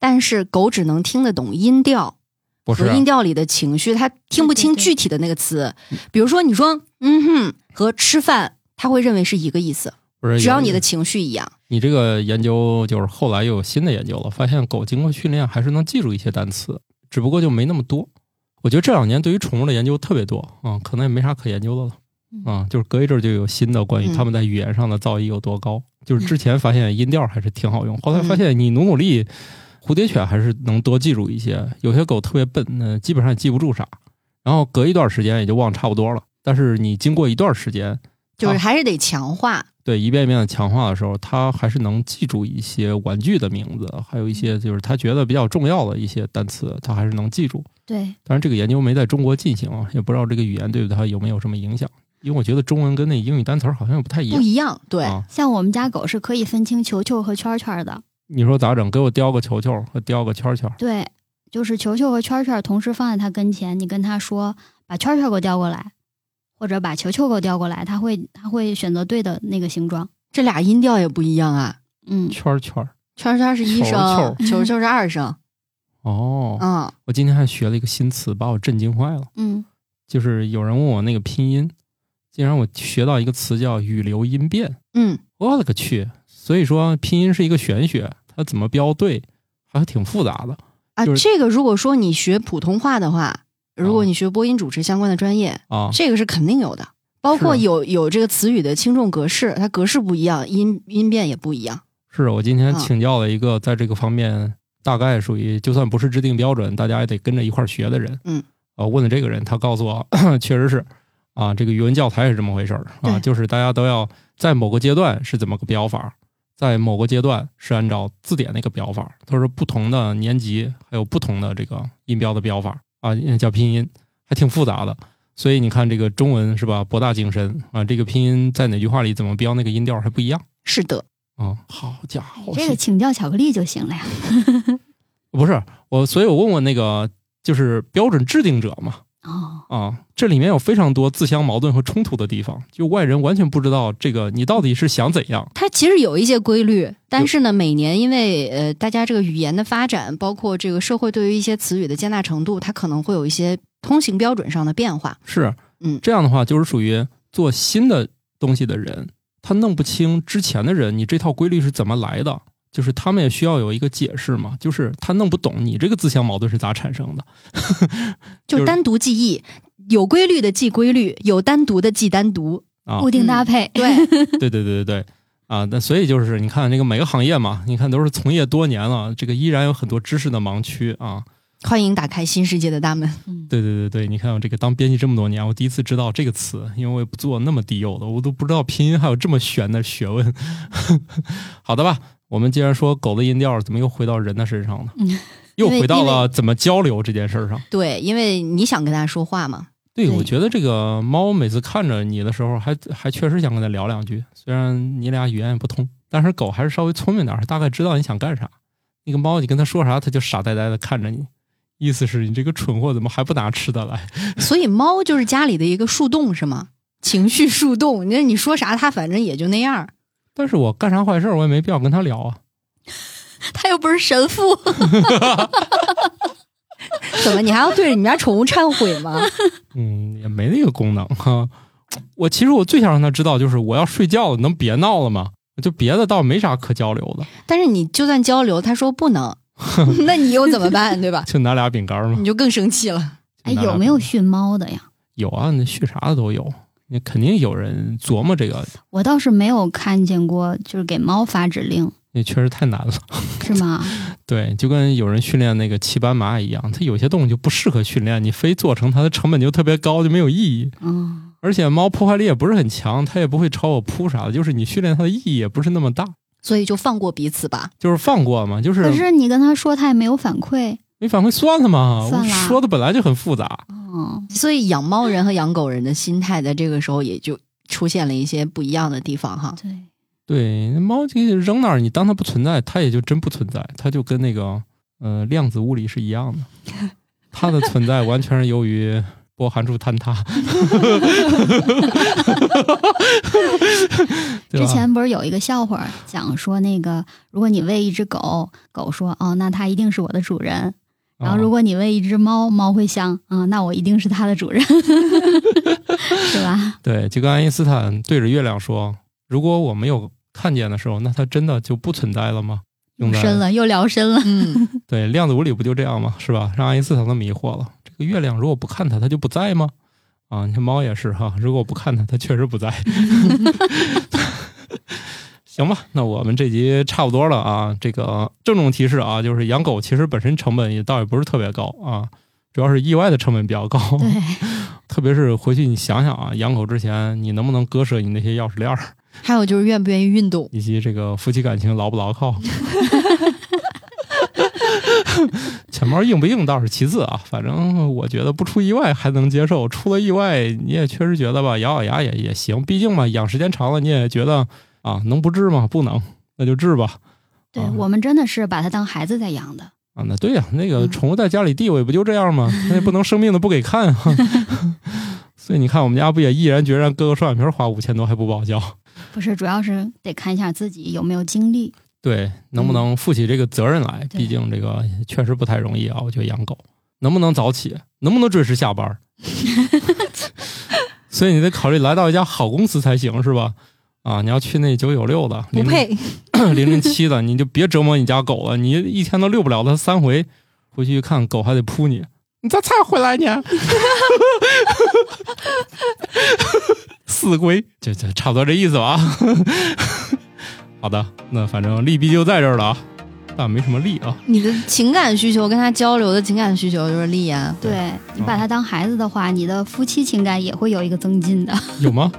但是狗只能听得懂音调不是啊和音调里的情绪，它听不清对对对具体的那个词。比如说，你说“嗯哼”和“吃饭”，它会认为是一个意思，不是，只要有你的情绪一样。你这个研究就是后来又有新的研究了，发现狗经过训练还是能记住一些单词，只不过就没那么多。我觉得这两年对于宠物的研究特别多啊、可能也没啥可研究的了啊、就是隔一阵儿就有新的关于嗯它们在语言上的造诣有多高。就是之前发现音调还是挺好用，后来嗯发现你努努力，蝴蝶犬还是能多记住一些。有些狗特别笨，嗯，基本上也记不住啥，然后隔一段时间也就忘差不多了。但是你经过一段时间，就是啊还是得强化。对一遍一遍的强化的时候，他还是能记住一些玩具的名字，还有一些就是他觉得比较重要的一些单词，他还是能记住。对，当然，这个研究没在中国进行啊，也不知道这个语言对他有没有什么影响。因为我觉得中文跟那英语单词儿好像也不太一不样。一样，对，啊，像我们家狗是可以分清球球和圈圈的。你说咋整？给我叼个球球和叼个圈圈。对，就是球球和圈圈同时放在它跟前，你跟它说把圈圈给我叼过来，或者把球球给我叼过来，它会它会选择对的那个形状。这俩音调也不一样啊。嗯，圈圈儿。圈圈是一声，球球是二声，哦，嗯，我今天还学了一个新词，把我震惊坏了。嗯，就是有人问我那个拼音，竟然我学到一个词叫语流音变。嗯，我勒个去！所以说拼音是一个玄学，它怎么标对还挺复杂的啊，就是这个如果说你学普通话的话，如果你学播音主持相关的专业，啊。这个是肯定有的。包括有有这个词语的轻重格式，它格式不一样，音音变也不一样。是我今天请教了一个在这个方面大概属于就算不是制定标准，大家也得跟着一块儿学的人。嗯，啊，问了这个人，他告诉我， (clears throat) 确实是啊，这个语文教材是这么回事儿啊，对就是大家都要在某个阶段是怎么个标法，在某个阶段是按照字典那个标法，都是不同的年级还有不同的这个音标的标法啊，叫拼音，还挺复杂的。所以你看，这个中文是吧，博大精深啊。这个拼音在哪句话里怎么标，那个音调还不一样是的，啊。好家伙，哎这个请教巧克力就行了呀。不是我，所以我问问那个就是标准制定者嘛，哦，啊，这里面有非常多自相矛盾和冲突的地方，就外人完全不知道这个你到底是想怎样。它其实有一些规律，但是呢，每年因为呃大家这个语言的发展，包括这个社会对于一些词语的接纳程度，它可能会有一些通行标准上的变化。是，嗯这样的话就是属于做新的东西的人，他弄不清之前的人你这套规律是怎么来的，就是他们也需要有一个解释嘛，就是他弄不懂你这个自相矛盾是咋产生的。就就是单独记忆，有规律的记规律，有单独的记单 (laughs) 独。啊固定搭配。对， (laughs) 对对对对对，啊，那所以就是你看这个每个行业嘛，你看都是从业多年了，这个依然有很多知识的盲区啊。欢迎打开新世界的大门。嗯，对对对对，你看我这个当编辑这么多年，我第一次知道这个词，因为我也不做那么低幼的，我都不知道拼音还有这么玄的学问。 (laughs) 好的吧，我们既然说狗的音调，怎么又回到人的身上呢？嗯又因为回到因为了怎么交流这件事儿上。对，因为你想跟他说话嘛，对，对我觉得这个猫每次看着你的时候还，还确实想跟它聊两句，虽然你俩语言也不通，但是狗还是稍微聪明点儿，大概知道你想干啥。那个猫，你跟它说啥，它就傻呆呆的看着你，意思是你这个蠢货怎么还不拿吃的来？所以猫就是家里的一个树洞是吗？情绪树洞，那你说啥它反正也就那样儿。但是我干啥坏事儿，我也没必要跟它聊啊。他又不是神父， (laughs) 怎么你还要对着你们家宠物忏悔吗？嗯，也没那个功能哈。我其实我最想让它知道，就是我要睡觉了，能别闹了吗？就别的倒没啥可交流的，但是你就算交流，它说不能， (laughs) 那你又怎么办？对吧？就拿俩饼干儿嘛。你就更生气了。嗯哎，拿俩有没饼有训猫的呀？有啊，那续啥的都有，那肯定有人琢磨这个，我倒是没有看见过，就是给猫发指 (laughs) 令那确实太难了。 (laughs) 是吗？对，就跟有人训练那个骑斑马一样，它有些动物就不适合训练，你非做成它的成本就特别高，就没有意义。嗯，而且猫破坏力也不是很强，它也不会朝我扑啥的，就是你训练它的意义也不是那么大，所以就放过彼此吧。就是放过嘛，就可是是你跟他说，他也没有反馈。没反馈算了嘛。算我了啊说的本来就很复杂，嗯，所以养猫人和养狗人的心态在这个时候也就出现了一些不一样的地方哈。对，对，那猫这个扔那儿，你当它不存在，它也就真不存在，它就跟那个呃量子物理是一样 (laughs) 的，它的存在完全是由于波函数坍塌。对之吧啊前不是有一个笑话儿讲说，那个如果你喂一只狗，狗说哦，那它一定是我的主人；然后啊如果你喂一只猫，猫会想啊、那我一定是它的主人， (laughs) 是吧？对，就跟爱因斯坦对着月亮说：“如果我没有看见的时候，那它真的就不存在了吗？”用在深了又聊深哦了，嗯，对量子物理不就这样吗？是吧？让爱因斯坦都迷惑了。这个月亮如果不看它，它就不在吗？啊，你看猫也是哈，如果我不看它，它确实不在。行吧，那我们这集差不多了啊。这个郑重提示啊，就是养狗其实本身成本也倒也不是特别高啊，主要是意外的成本比较高。对，特别是回去你想想啊，养狗之前你能不能割舍你那些钥匙链儿，还有就是愿不愿意运动，以及这个夫妻感情牢不牢靠。 (laughs) 钱包硬不硬倒是其次啊，反正我觉得不出意外还能接受，出了意外你也确实觉得吧，咬咬牙也也行，毕竟嘛养时间长了你也觉得啊能不治吗？不能，那就治吧。对、啊我们真的是把它当孩子在养的。啊，那对呀、那个嗯宠物在家里地位不就这样吗？那也不能生病的不给看啊。 (laughs) 所以你看，我们家不也毅然决然割个双眼皮儿花五千多还不报销？不是，主要是得看一下自己有没有精力。对，能不嗯能负起这个责任来？对毕竟这个确实不太容易啊。我觉得养狗能不能早起，能不能准时下 (laughs) 班儿，所以你得考虑来到一家好公司才行，是吧？啊，你要去那九九六的，不配。零零七的，你就别折磨你家狗了。你一天都遛不了它三回，回去一看狗还得扑你，你咋才回 (laughs) 来呢？四归，这这差不多这意思吧。啊好的，那反正利弊就在这儿了啊，但没什 (laughs) 么利啊。你的情感需求跟它交流的情感需求就是利呀、对对嗯你把它当孩子的话，你的夫妻情感也会有一个增进的。 (laughs) 有吗？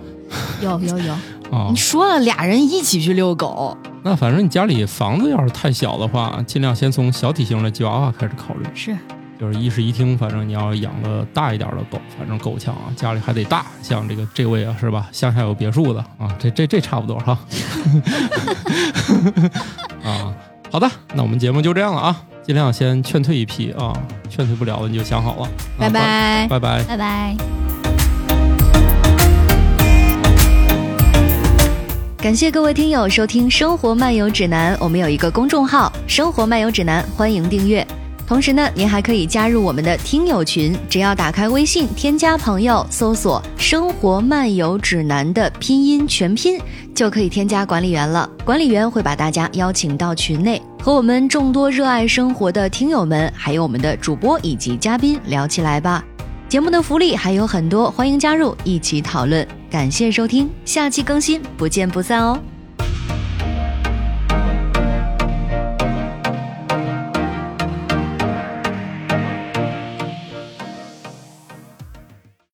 有有有，啊你，说了，俩人一起去遛狗，那反正你家里房子要是太小的话，尽量先从小体型的吉娃娃开始考虑。是就是一室一厅，反正你要养个大一点的狗，反正够呛啊，家里还得大，像这个这位啊，是吧？乡下有别墅的啊，这这这差不多 (laughs) 哈。 (laughs) 啊，好的，那我们节目就这样了啊，尽量先劝退一批啊，劝退不了的你就想好了，啊拜拜。拜拜。拜拜。感谢各位听友收听《生活漫游指南》，我们有一个公众号《生活漫游指南》，欢迎订阅。同时呢，您还可以加入我们的听友群，只要打开微信添加朋友，搜索“生活漫游指南”的拼音全拼，就可以添加管理员了。管理员会把大家邀请到群内，和我们众多热爱生活的听友们，还有我们的主播以及嘉宾聊起来吧。节目的福利还有很多，欢迎加入一起讨论。感谢收听，下期更新，不见不散哦。